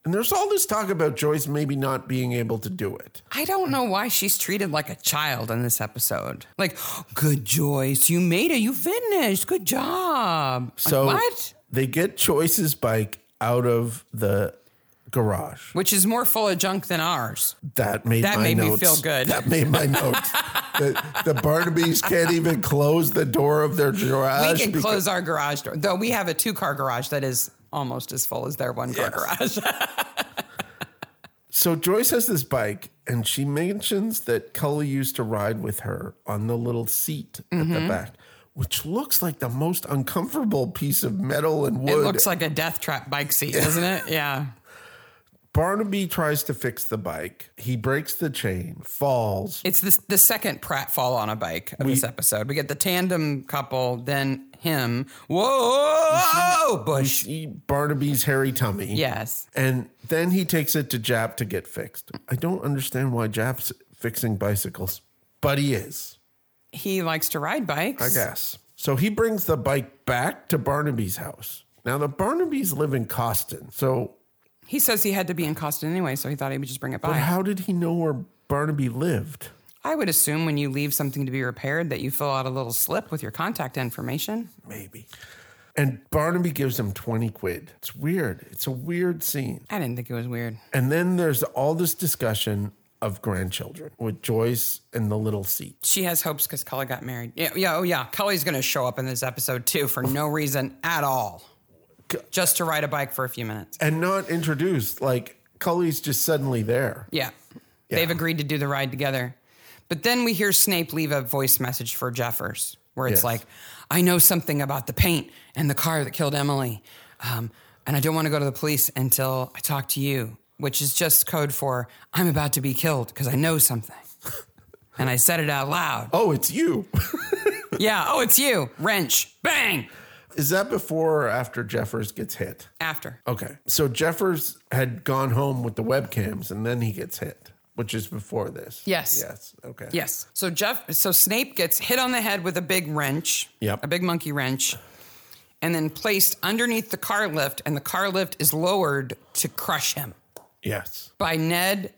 And there's all this talk about Joyce maybe not being able to do it. I don't know why she's treated like a child in this episode. Like, good Joyce, you made it, you finished, good job. Like, So what? they get Joyce's bike out of the garage. Which is more full of junk than ours. That made That my made me notes. feel good. That made my notes. the, the Barnabys can't even close the door of their garage. We can because- close our garage door, though we have a two car garage that is almost as full as their one car garage. so Joyce has this bike, and she mentions that Cully used to ride with her on the little seat at Mm-hmm. the back, which looks like the most uncomfortable piece of metal and It wood. looks like a death trap bike seat, doesn't it? Yeah. Barnaby tries to fix the bike. He breaks the chain, falls. It's the, the second pratfall on a bike of this episode. We get the tandem couple, then him. Whoa, Bush. He- Barnaby's hairy tummy. Yes. And then he takes it to Jap to get fixed. I don't understand why Jap's fixing bicycles, but he is, He likes to ride bikes. I guess. So he brings the bike back to Barnaby's house. Now, the Barnabys live in Coston. So, He says he had to be in Coston anyway, so he thought he would just bring it by. but how did he know where Barnaby lived? I would assume when you leave something to be repaired that you fill out a little slip with your contact information. Maybe. And Barnaby gives him 20 quid. It's weird. It's a weird scene. I didn't think it was weird. And then there's all this discussion of grandchildren with Joyce and the little seat. She has hopes because Cully got married. Yeah, yeah, oh yeah. Cully's going to show up in this episode too for no reason at all, just to ride a bike for a few minutes. and not introduced. Like Cully's just suddenly there. Yeah. They've agreed to do the ride together. But then we hear Snape leave a voice message for Jeffers where it's Yes. like, I know something about the paint and the car that killed Emily. Um, and I don't want to go to the police until I talk to you, which is just code for I'm about to be killed because I know something. and I said it out loud. Oh, it's you. Yeah. Oh, it's you. Wrench. Bang. Is that before or after Jeffers gets hit? After. Okay. So Jeffers had gone home with the webcams and then he gets hit, which is before this. Yes. Yes. Okay. Yes. So Jeff, so Snape gets hit on the head with a big wrench. Yep. A big monkey wrench, and then placed underneath the car lift, and the car lift is lowered to crush him Yes. by Ned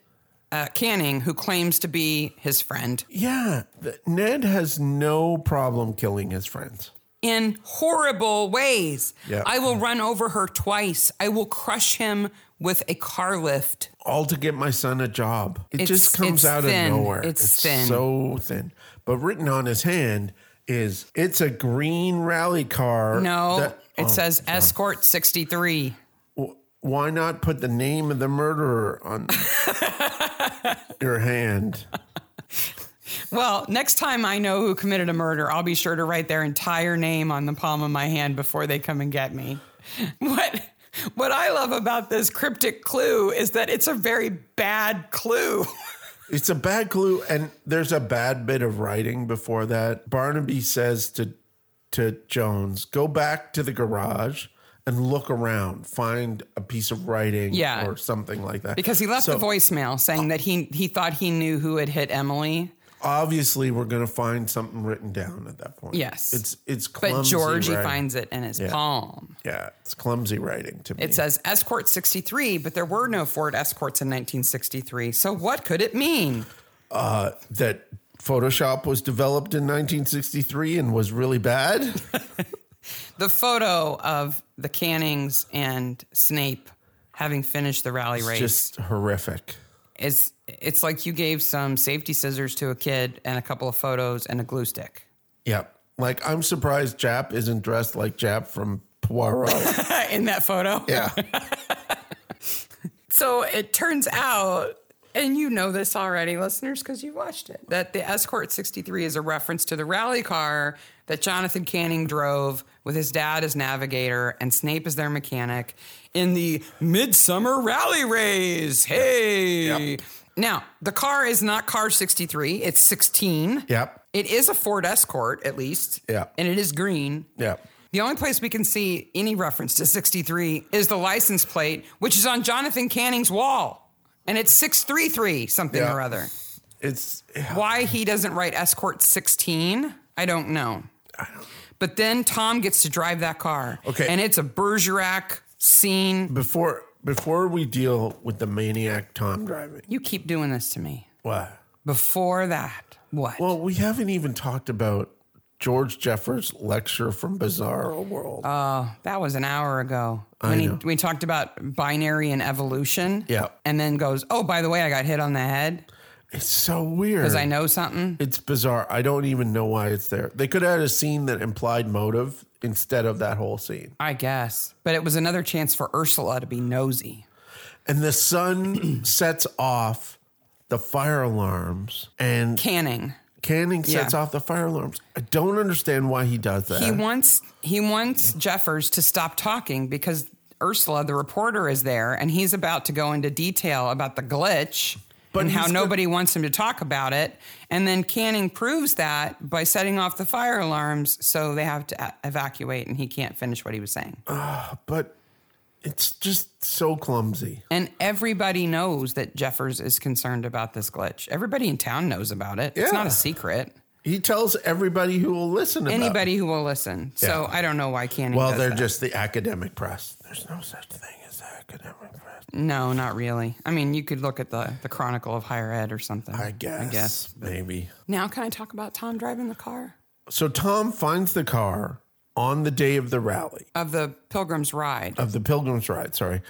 uh, Canning, who claims to be his friend, Yeah. th- Ned has no problem killing his friends. in horrible ways. Yeah. I will run over her twice. I will crush him with a car lift. all to get my son a job. It It's- just comes it's out thin. of nowhere. It's thin. so thin. But written on his hand is it's a green rally car. No, that- it Oh, says escort 63. w- why not put the name of the murderer on your hand? Well, next time I know who committed a murder, I'll be sure to write their entire name on the palm of my hand before they come and get me. What what I love about this cryptic clue is that it's a very bad clue. It's a bad clue, and there's a bad bit of writing before that. Barnaby says to to Jones, "Go back to the garage and look around. Find a piece of writing, Yeah. or something like that." Because he left So- a voicemail saying that he he thought he knew who had hit Emily. obviously we're going to find something written down at that point. Yes. It's it's But clumsy Georgie writing. finds it in his palm. yeah, it's clumsy writing to me. It says Escort 63, but there were no Ford Escorts in 1963. So what could it mean? that Photoshop was developed in 1963 and was really bad. the photo of the Cannings and Snape having finished the rally race Just horrific. is it's like you gave some safety scissors to a kid and a couple of photos and a glue stick. Yeah. Like I'm surprised Jap isn't dressed like Jap from Poirot. In that photo. yeah. So it turns out, and you know this already, listeners, because you watched it, that the Escort 63 is a reference to the rally car that Jonathan Canning drove with his dad as navigator and Snape as their mechanic in the Midsummer Rally Race. Hey! Yep. Now, the car is not car 63, it's 16. Yep. It is a Ford Escort, at least. Yeah. And it is green. Yeah. The only place we can see any reference to 63 is the license plate, which is on Jonathan Canning's wall. And it's 633 something Yeah. or other. It's Why he doesn't write escort 16, I don't know. But then Tom gets to drive that car. Okay. And it's a Bergerac scene. before before we deal with the maniac Tom driving. You keep doing this to me. What? Before that, what? Well, we haven't even talked about George Jeffers' lecture from Bizarro World. Uh, That was an hour ago. When he, we talked about binary and evolution. Yeah. And then goes, oh, by the way, I got hit on the head It's so weird. because I know something. It's bizarre. I don't even know why it's there. They could have had a scene that implied motive instead of that whole scene. I guess. But it was another chance for Ursula to be nosy. And the sun sets off the fire alarms and Canning. Canning sets Yeah. off the fire alarms. I don't understand why he does that. He wants he wants Jeffers to stop talking because Ursula, the reporter, is there and he's about to go into detail about the glitch But and how he's got- nobody wants him to talk about it. And then Canning proves that by setting off the fire alarms, so they have to a- evacuate and he can't finish what he was saying. but it's just so clumsy. And everybody knows that Jeffers is concerned about this glitch. Everybody in town knows about it. It's not Yeah. a secret. He tells everybody who will listen about it. anybody who will listen. So I don't know why Canning. Well, does they're that. just the academic press. There's no such thing as the academic press. no, not really. I mean, you could look at the the Chronicle of Higher Ed or something. I guess. I guess. Maybe. Now, can I talk about Tom driving the car So Tom finds the car on the day of the rally, of the Pilgrim's Ride? of the Pilgrim's Ride, sorry.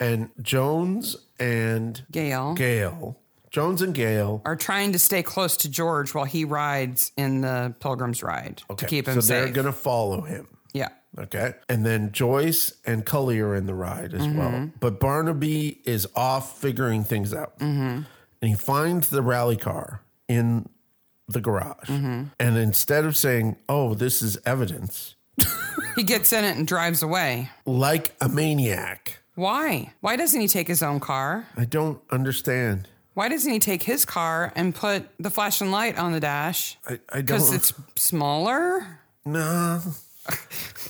And Jones and Gail Gale, Jones and Gale. are trying to stay close to George while he rides in the Pilgrim's Ride to keep him so safe. they're going to follow him. yeah. Okay. And then Joyce and Cully are in the ride as Mm-hmm. well. But Barnaby is off figuring things out. Mm-hmm. And he finds the rally car in the garage. Mm-hmm. And instead of saying, oh, this is evidence, He gets in it and drives away. like a maniac, Why? Why doesn't he take his own car? I don't understand. Why doesn't he take his car and put the flashing light on the dash? I, I Because don't. it's smaller? Nah.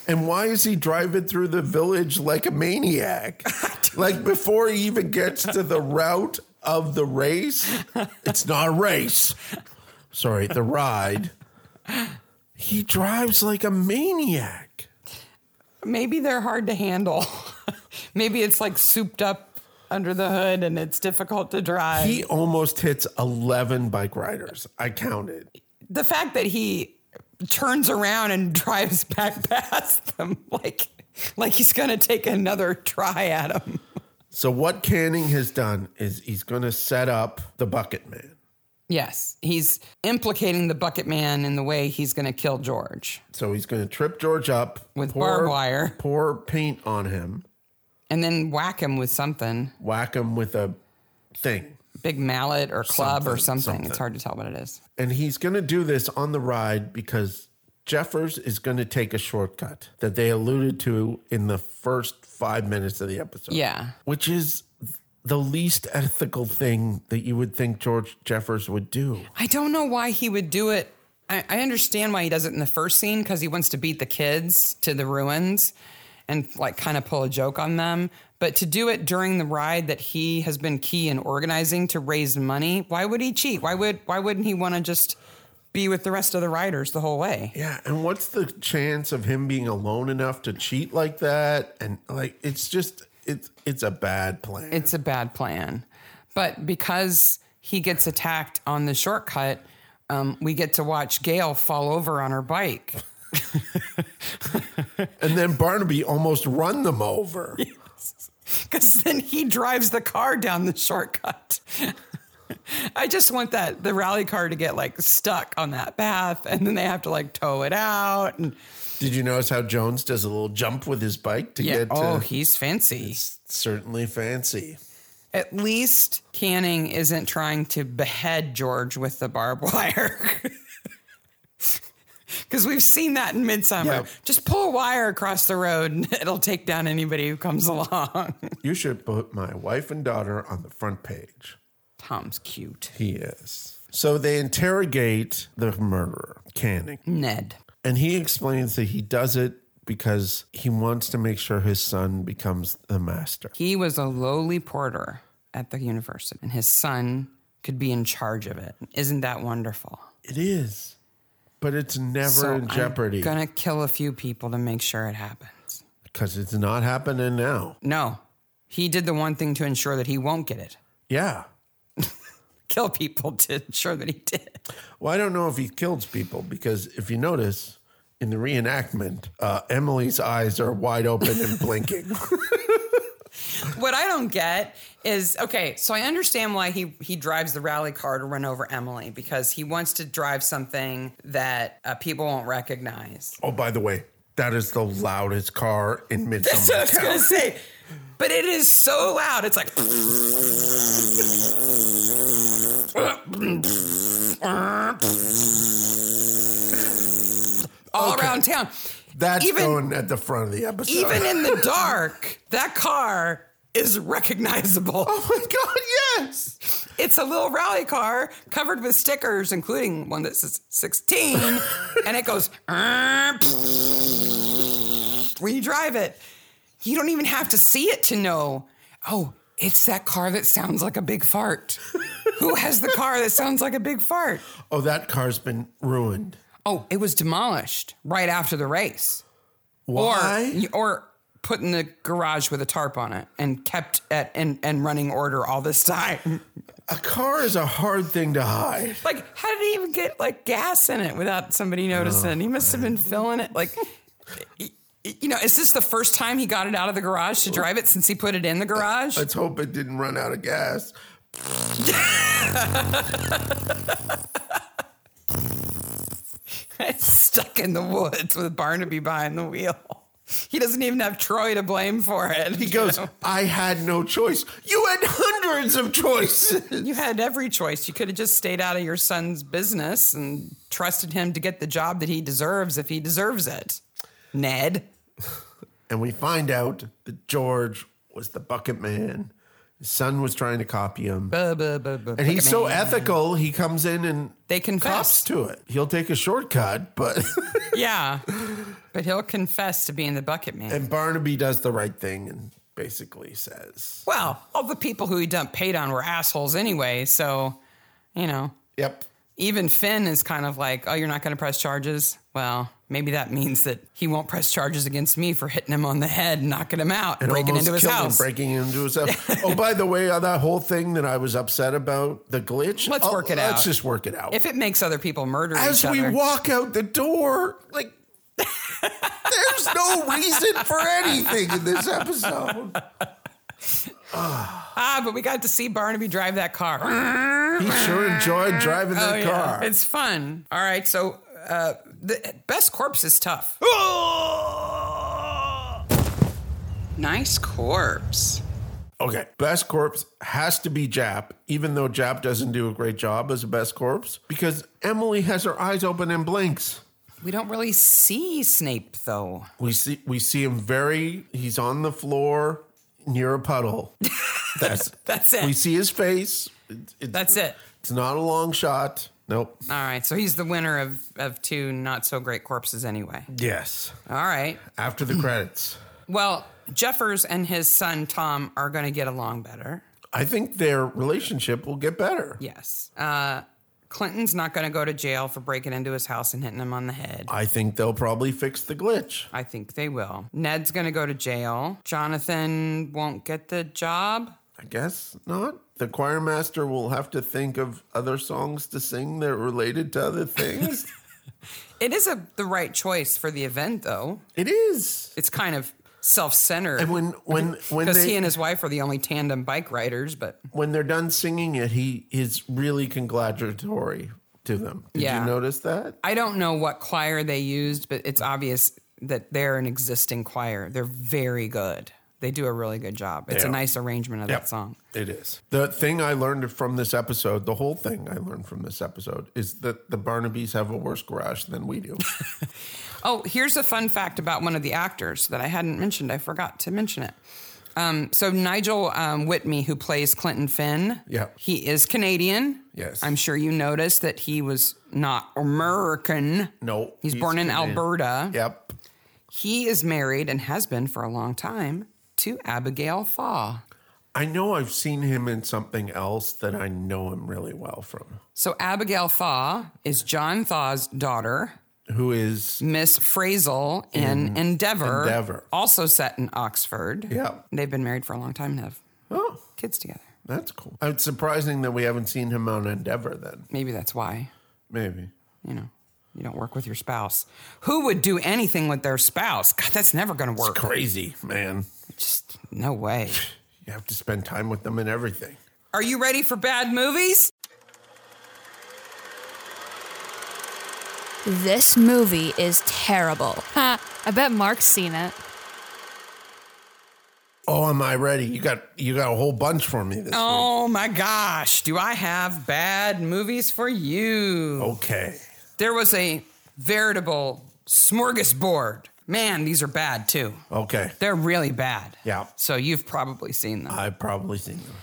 and why is he driving through the village like a maniac? like before he even gets to the route of the race? It's not a race. Sorry, the ride. He drives like a maniac. maybe they're hard to handle. maybe it's like souped up under the hood and it's difficult to drive. He almost hits 11 bike riders. I counted. the fact that he turns around and drives back past them like like he's going to take another try at him. So, what Canning has done is he's going to set up the Bucket Man. Yes, he's implicating the bucket man in the way he's going to kill George. So, he's going to trip George up With barbed wire. pour paint on him, and then whack him with something whack him with a thing. big mallet or club or something. something. It's hard to tell what it is. And he's going to do this on the ride because Jeffers is going to take a shortcut that they alluded to in the first five minutes of the episode. Yeah. Which is the least ethical thing that you would think George Jeffers would do. I don't know why he would do it. I, I understand why he does it in the first scene because he wants to beat the kids to the ruins and like kind of pull a joke on them. But to do it during the ride that he has been key in organizing to raise money, why would he cheat? Why would why wouldn't he want to just be with the rest of the riders the whole way? Yeah, and what's the chance of him being alone enough to cheat like that? And like, it's just it's it's a bad plan. It's a bad plan. But because he gets attacked on the shortcut, um, we get to watch Gail fall over on her bike. and then Barnaby almost run them over. because then he drives the car down the shortcut. I just want that the rally car to get like stuck on that path, and then they have to like tow it out. And Did you notice how Jones does a little jump with his bike to yeah, get? oh, to, he's fancy. certainly fancy. At least Canning isn't trying to behead George with the barbed wire. Because we've seen that in Midsummer. Yeah. Just pull a wire across the road and it'll take down anybody who comes along. You should put my wife and daughter on the front page. Tom's cute. He is. So they interrogate the murderer, Canning. Ned. And he explains that he does it because he wants to make sure his son becomes the master. He was a lowly porter at the university, and his son could be in charge of it. Isn't that wonderful? It is. But it's never in I'm jeopardy gonna kill a few people to make sure it happens. because it's not happening now. No, he did the one thing to ensure that he won't get it. Yeah. Kill people to ensure that he did. Well, I don't know if he killed people because if you notice in the reenactment, uh, Emily's eyes are wide open and blinking. What I don't get is okay, so I understand why he he drives the rally car to run over Emily because he wants to drive something that uh, people won't recognize. oh, by the way, that is the loudest car in So I Midsummer. was gonna say, but it is so loud. It's like all around town. That's even going at the front of the episode. even in the dark, that car is recognizable. oh my God, yes. It's a little rally car covered with stickers, including one that says 16, and it goes when you drive it. You don't even have to see it to know. Oh, it's that car that sounds like a big fart. Who has the car that sounds like a big fart? Oh, that car's been ruined. Oh, it was demolished right after the race. Why? Or or put in the garage with a tarp on it and kept at and, and running order all this time. a car is a hard thing to hide. Like, how did he even get like gas in it without somebody noticing? He must have been filling it. Like, y- y- you know, is this the first time he got it out of the garage to drive it since he put it in the garage? Let's hope it didn't run out of gas. uh, It's stuck in the woods with Barnaby behind the wheel. He doesn't even have Troy to blame for it. He goes, I had no choice. You had hundreds of choices. You had every choice. You could have just stayed out of your son's business and trusted him to get the job that he deserves if he deserves it. Ned. And we find out that George was the bucket man. His son was trying to copy him. Buh, buh, buh, buh. And he's so ethical, he comes in and They cops confess. to it. He'll take a shortcut, but Yeah. But he'll confess to being the bucket man. and Barnaby does the right thing and basically says, Well, all the people who he dumped paid on were assholes anyway, so you know. Yep. even Finn is kind of like, oh, you're not going to press charges. Well, maybe that means that he won't press charges against me for hitting him on the head, knocking him out, and breaking almost into his killed him, house. breaking into his house. oh, by the way, on that whole thing that I was upset about, the glitch. Let's oh, work it Let's out. just work it out. if it makes other people murder As each we other, walk out the door, like there's no reason for anything in this episode. ah, but we got to see Barnaby drive that car. He sure enjoyed driving Oh, that yeah. car. It's fun. All right, so uh, the best corpse is tough. Nice corpse. Okay. Best corpse has to be Jap, even though Jap doesn't do a great job as a best corpse, because Emily has her eyes open and blinks. We don't really see Snape though. We see we see him very he's on the floor near a puddle. That's That's it. We see his face. It's- it's- That's it. It's not a long shot. Nope. All right, so he's the winner of of two not so great corpses anyway. Yes. All right. After the credits. Well, Jeffers and his son Tom are going to get along better. I think their relationship will get better. Yes. Uh, Clinton's not going to go to jail for breaking into his house and hitting him on the head. I think they'll probably fix the glitch. I think they will. Ned's going to go to jail. Jonathan won't get the job. I guess not. The choir master will have to think of other songs to sing that are related to other things. It is a, the right choice for the event, though. it is. It's kind of self And centered when when when because they he and his wife are the only tandem bike riders, but when they're done singing it, he is really congratulatory to them. Did Yeah. you notice that? I don't know what choir they used, but it's obvious that they're an existing choir. They're very good. They do a really good job. It's They a are. nice arrangement of Yep. that song. It is. The thing I learned from this episode, the whole thing I learned from this episode is that the Barnabys have a worse garage than we do. Oh, here's a fun fact about one of the actors that I hadn't mentioned. I forgot to mention it. Um, so Nigel um, Whitney, who plays Clinton Finn, Yeah. he is Canadian. Yes. I'm sure you noticed that he was not American. No, he's, he's born in Canadian. Alberta. yep. He is married and has been for a long time to Abigail Faw. I know I've seen him in something else that I know him really well from. So Abigail Thaw is John Thaw's daughter, Who is Miss Frazel in, Endeavor, Endeavor. also set in Oxford. Yeah. They've been married for a long time and have Oh, kids together. that's cool. Uh, It's surprising that we haven't seen him on Endeavor then. Maybe that's why, Maybe. you know, you don't work with your spouse. Who would do anything with their spouse? God, that's never going to work. Crazy, man. Just no way. You have to spend time with them and everything. Are you ready for bad movies? This movie is terrible. Ha, I bet Mark's seen it. Oh, am I ready? You got you got a whole bunch for me this Oh my gosh, do I have bad movies for you? week. Okay. There was a veritable smorgasbord. Man, these are bad too. Okay. They're really bad. Oh. Yeah. So you've probably seen them. I've probably seen them.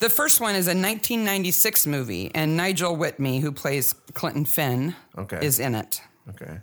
The first one is a 1996 movie, and Nigel Whitney, who plays Clinton Finn, Okay. is in it. Okay.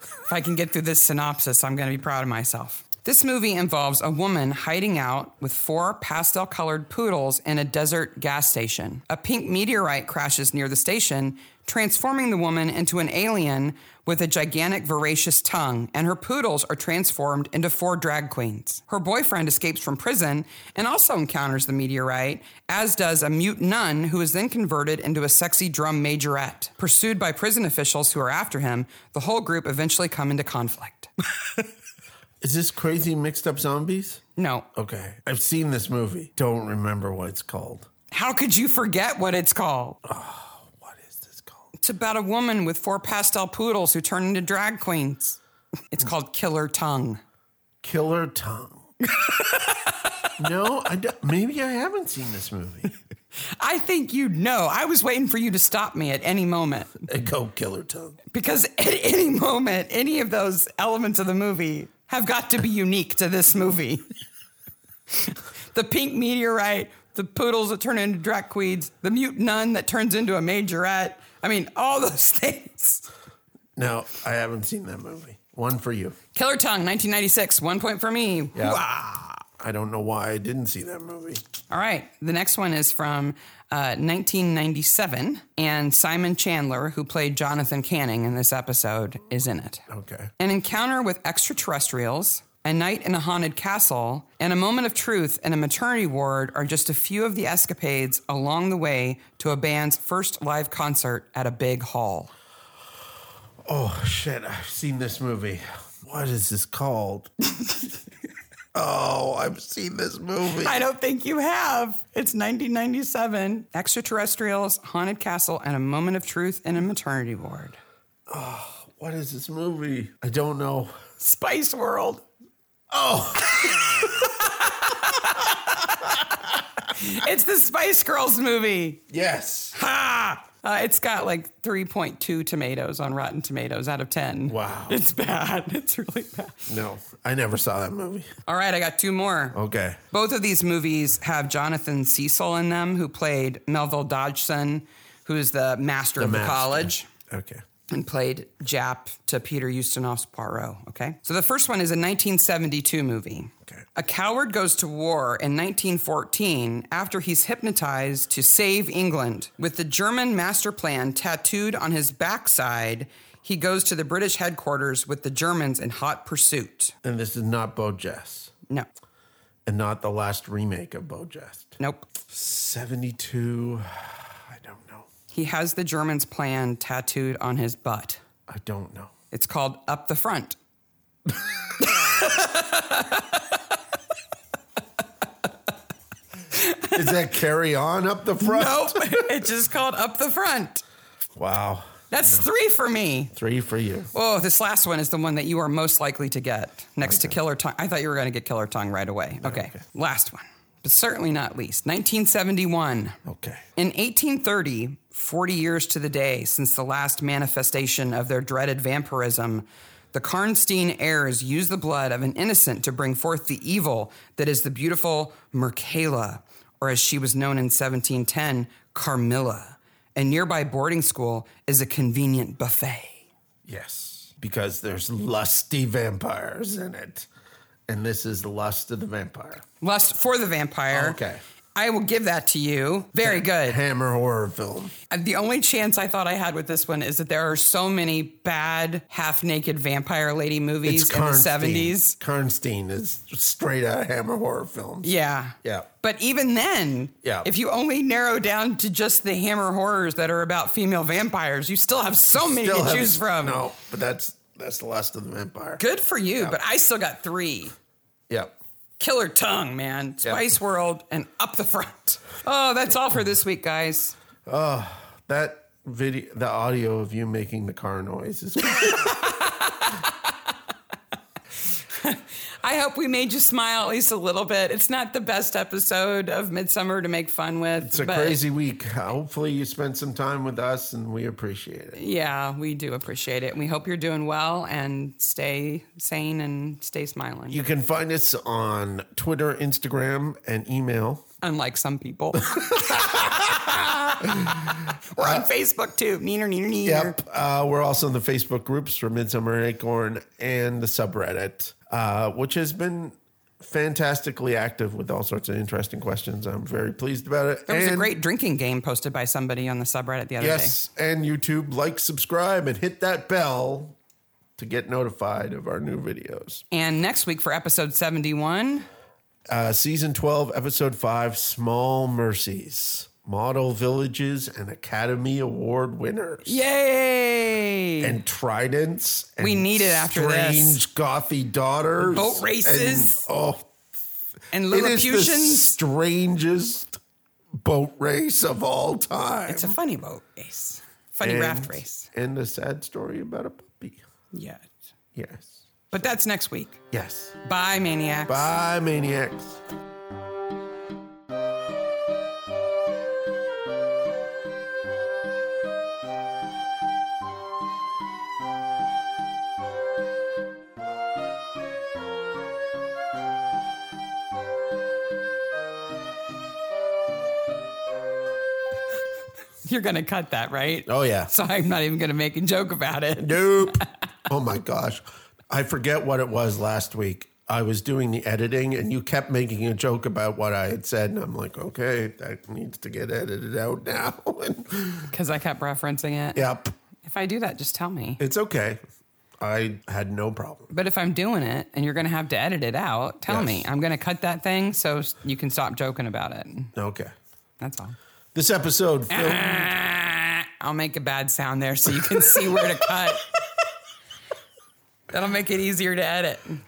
If I can get through this synopsis, I'm going to be proud of myself. This movie involves a woman hiding out with four pastel colored poodles in a desert gas station. A pink meteorite crashes near the station, transforming the woman into an alien with a gigantic, voracious tongue, and her poodles are transformed into four drag queens. Her boyfriend escapes from prison and also encounters the meteorite, as does a mute nun who is then converted into a sexy drum majorette. Pursued by prison officials who are after him, the whole group eventually come into conflict. Is this crazy mixed up zombies? no. Okay. I've seen this movie. Don't remember what it's called. How could you forget what it's called? Oh, What is this called? It's about a woman with four pastel poodles who turn into drag queens. It's called Killer Tongue. Killer Tongue. no, I don't- maybe I haven't seen this movie. I think you'd know. I was waiting for you to stop me at any moment. Go Killer Tongue. because at any moment, any of those elements of the movie have got to be unique to this movie. the pink meteorite, the poodles that turn into drag queens, the mute nun that turns into a majorette. I mean, all those things. No, I haven't seen that movie. One for you. Killer Tongue, 1996. One point for me. Yeah. Wah. I don't know why I didn't see that movie. All right. The next one is from uh, 1997, and Simon Chandler, who played Jonathan Canning in this episode, is in it. Okay. An encounter with extraterrestrials, a night in a haunted castle, and a moment of truth in a maternity ward are just a few of the escapades along the way to a band's first live concert at a big hall. Oh shit! I've seen this movie. What is this called? oh, I've seen this movie. I don't think you have. It's 1997. Extraterrestrials, haunted castle, and a moment of truth in a maternity ward. What is this movie? I don't know. Spice World. Oh, It's the Spice Girls movie. yes. Ha! Uh, it's got like 3.2 tomatoes on Rotten Tomatoes out of 10. Wow. It's bad. It's really bad. No, I never saw that movie. All right, I got two more. Okay. Both of these movies have Jonathan Cecil in them, who played Melville Dodgson, who is the master of the master. college. Okay. and played Jap to Peter Ustinov's Poirot. Okay. So the first one is a 1972 movie. Okay. A coward goes to war in 1914 after he's hypnotized to save England. With the German master plan tattooed on his backside, he goes to the British headquarters with the Germans in hot pursuit. And this is not Bo Jest, No. and not the last remake of Bo Jest. Nope. Seventy-two. I don't know. He has the Germans' plan tattooed on his butt. I don't know. It's called Up the Front. Is that Carry On up the front? Nope. it's just called Up the Front. Wow. That's three for me. Three for you. Oh, this last one is the one that you are most likely to get next to Killer Tongue. I thought you were going to get Killer Tongue right away. Okay. Last one, but certainly not least. 1971. Okay. In 1830, 40 years to the day since the last manifestation of their dreaded vampirism, the Karnstein heirs use the blood of an innocent to bring forth the evil that is the beautiful Mercala, or as she was known in 1710, Carmilla. A nearby boarding school is a convenient buffet. Yes. Because there's lusty vampires in it. And this is the lust of the vampire. Lust for the Vampire. Oh, Okay. I will give that to you. Very good. Hammer horror film. Uh, The only chance I thought I had with this one is that there are so many bad half naked vampire lady movies in the 70s. Karnstein is straight out of hammer horror films. Yeah. Yeah. But even then, Yeah. if you only narrow down to just the hammer horrors that are about female vampires, you still have so many Still to have- choose from. No, but that's that's the lust of the vampire. Good for you, but I still got three. Yep. Killer Tongue, man. Spice World and Up the Front. Oh, that's all for this week, guys. That video the audio of you making the car noise is I hope we made you smile at least a little bit. It's not the best episode of Midsummer to make fun with. it's a but crazy week. Hopefully you spent some time with us and we appreciate it. Yeah, we do appreciate it. And we hope you're doing well and stay sane and stay smiling, You can find us on Twitter, Instagram, and email. unlike some people. We're on Facebook too. Neener, neener, neener. Yep. Uh, we're also in the Facebook groups for Midsummer Acorn and the subreddit, uh, which has been fantastically active with all sorts of interesting questions. I'm very pleased about it. There was and a great drinking game posted by somebody on the subreddit the other Yes. And YouTube, like, subscribe, and hit that bell to get notified of our new videos. day. And next week for episode 71, Uh, season 12, episode 5 Small Mercies, Model Villages, and Academy Award winners. yay! and tridents. And We need it after this. strange gothy daughters. Boat races. and- oh, and it is the Lilliputians. strangest boat race of all time. It's a funny boat race, funny and, raft race. and a sad story about a puppy. Yeah. Yes, But that's next week. yes. Bye, maniacs. Bye, maniacs. You're going to cut that, right? Oh yeah. So I'm not even going to make a joke about it. Nope. oh my gosh, I forget what it was last week. I was doing the editing and you kept making a joke about what I had said. And I'm like, okay, that needs to get edited out now. and, because I kept referencing it. yep, If I do that, just tell me. it's okay. I had no problem. But if I'm doing it and you're going to have to edit it out, tell Yes. me. I'm going to cut that thing so s- you can stop joking about it. Okay. That's all. This episode, Phil, Ah, I'll make a bad sound there so you can see where to cut. That'll make it easier to edit.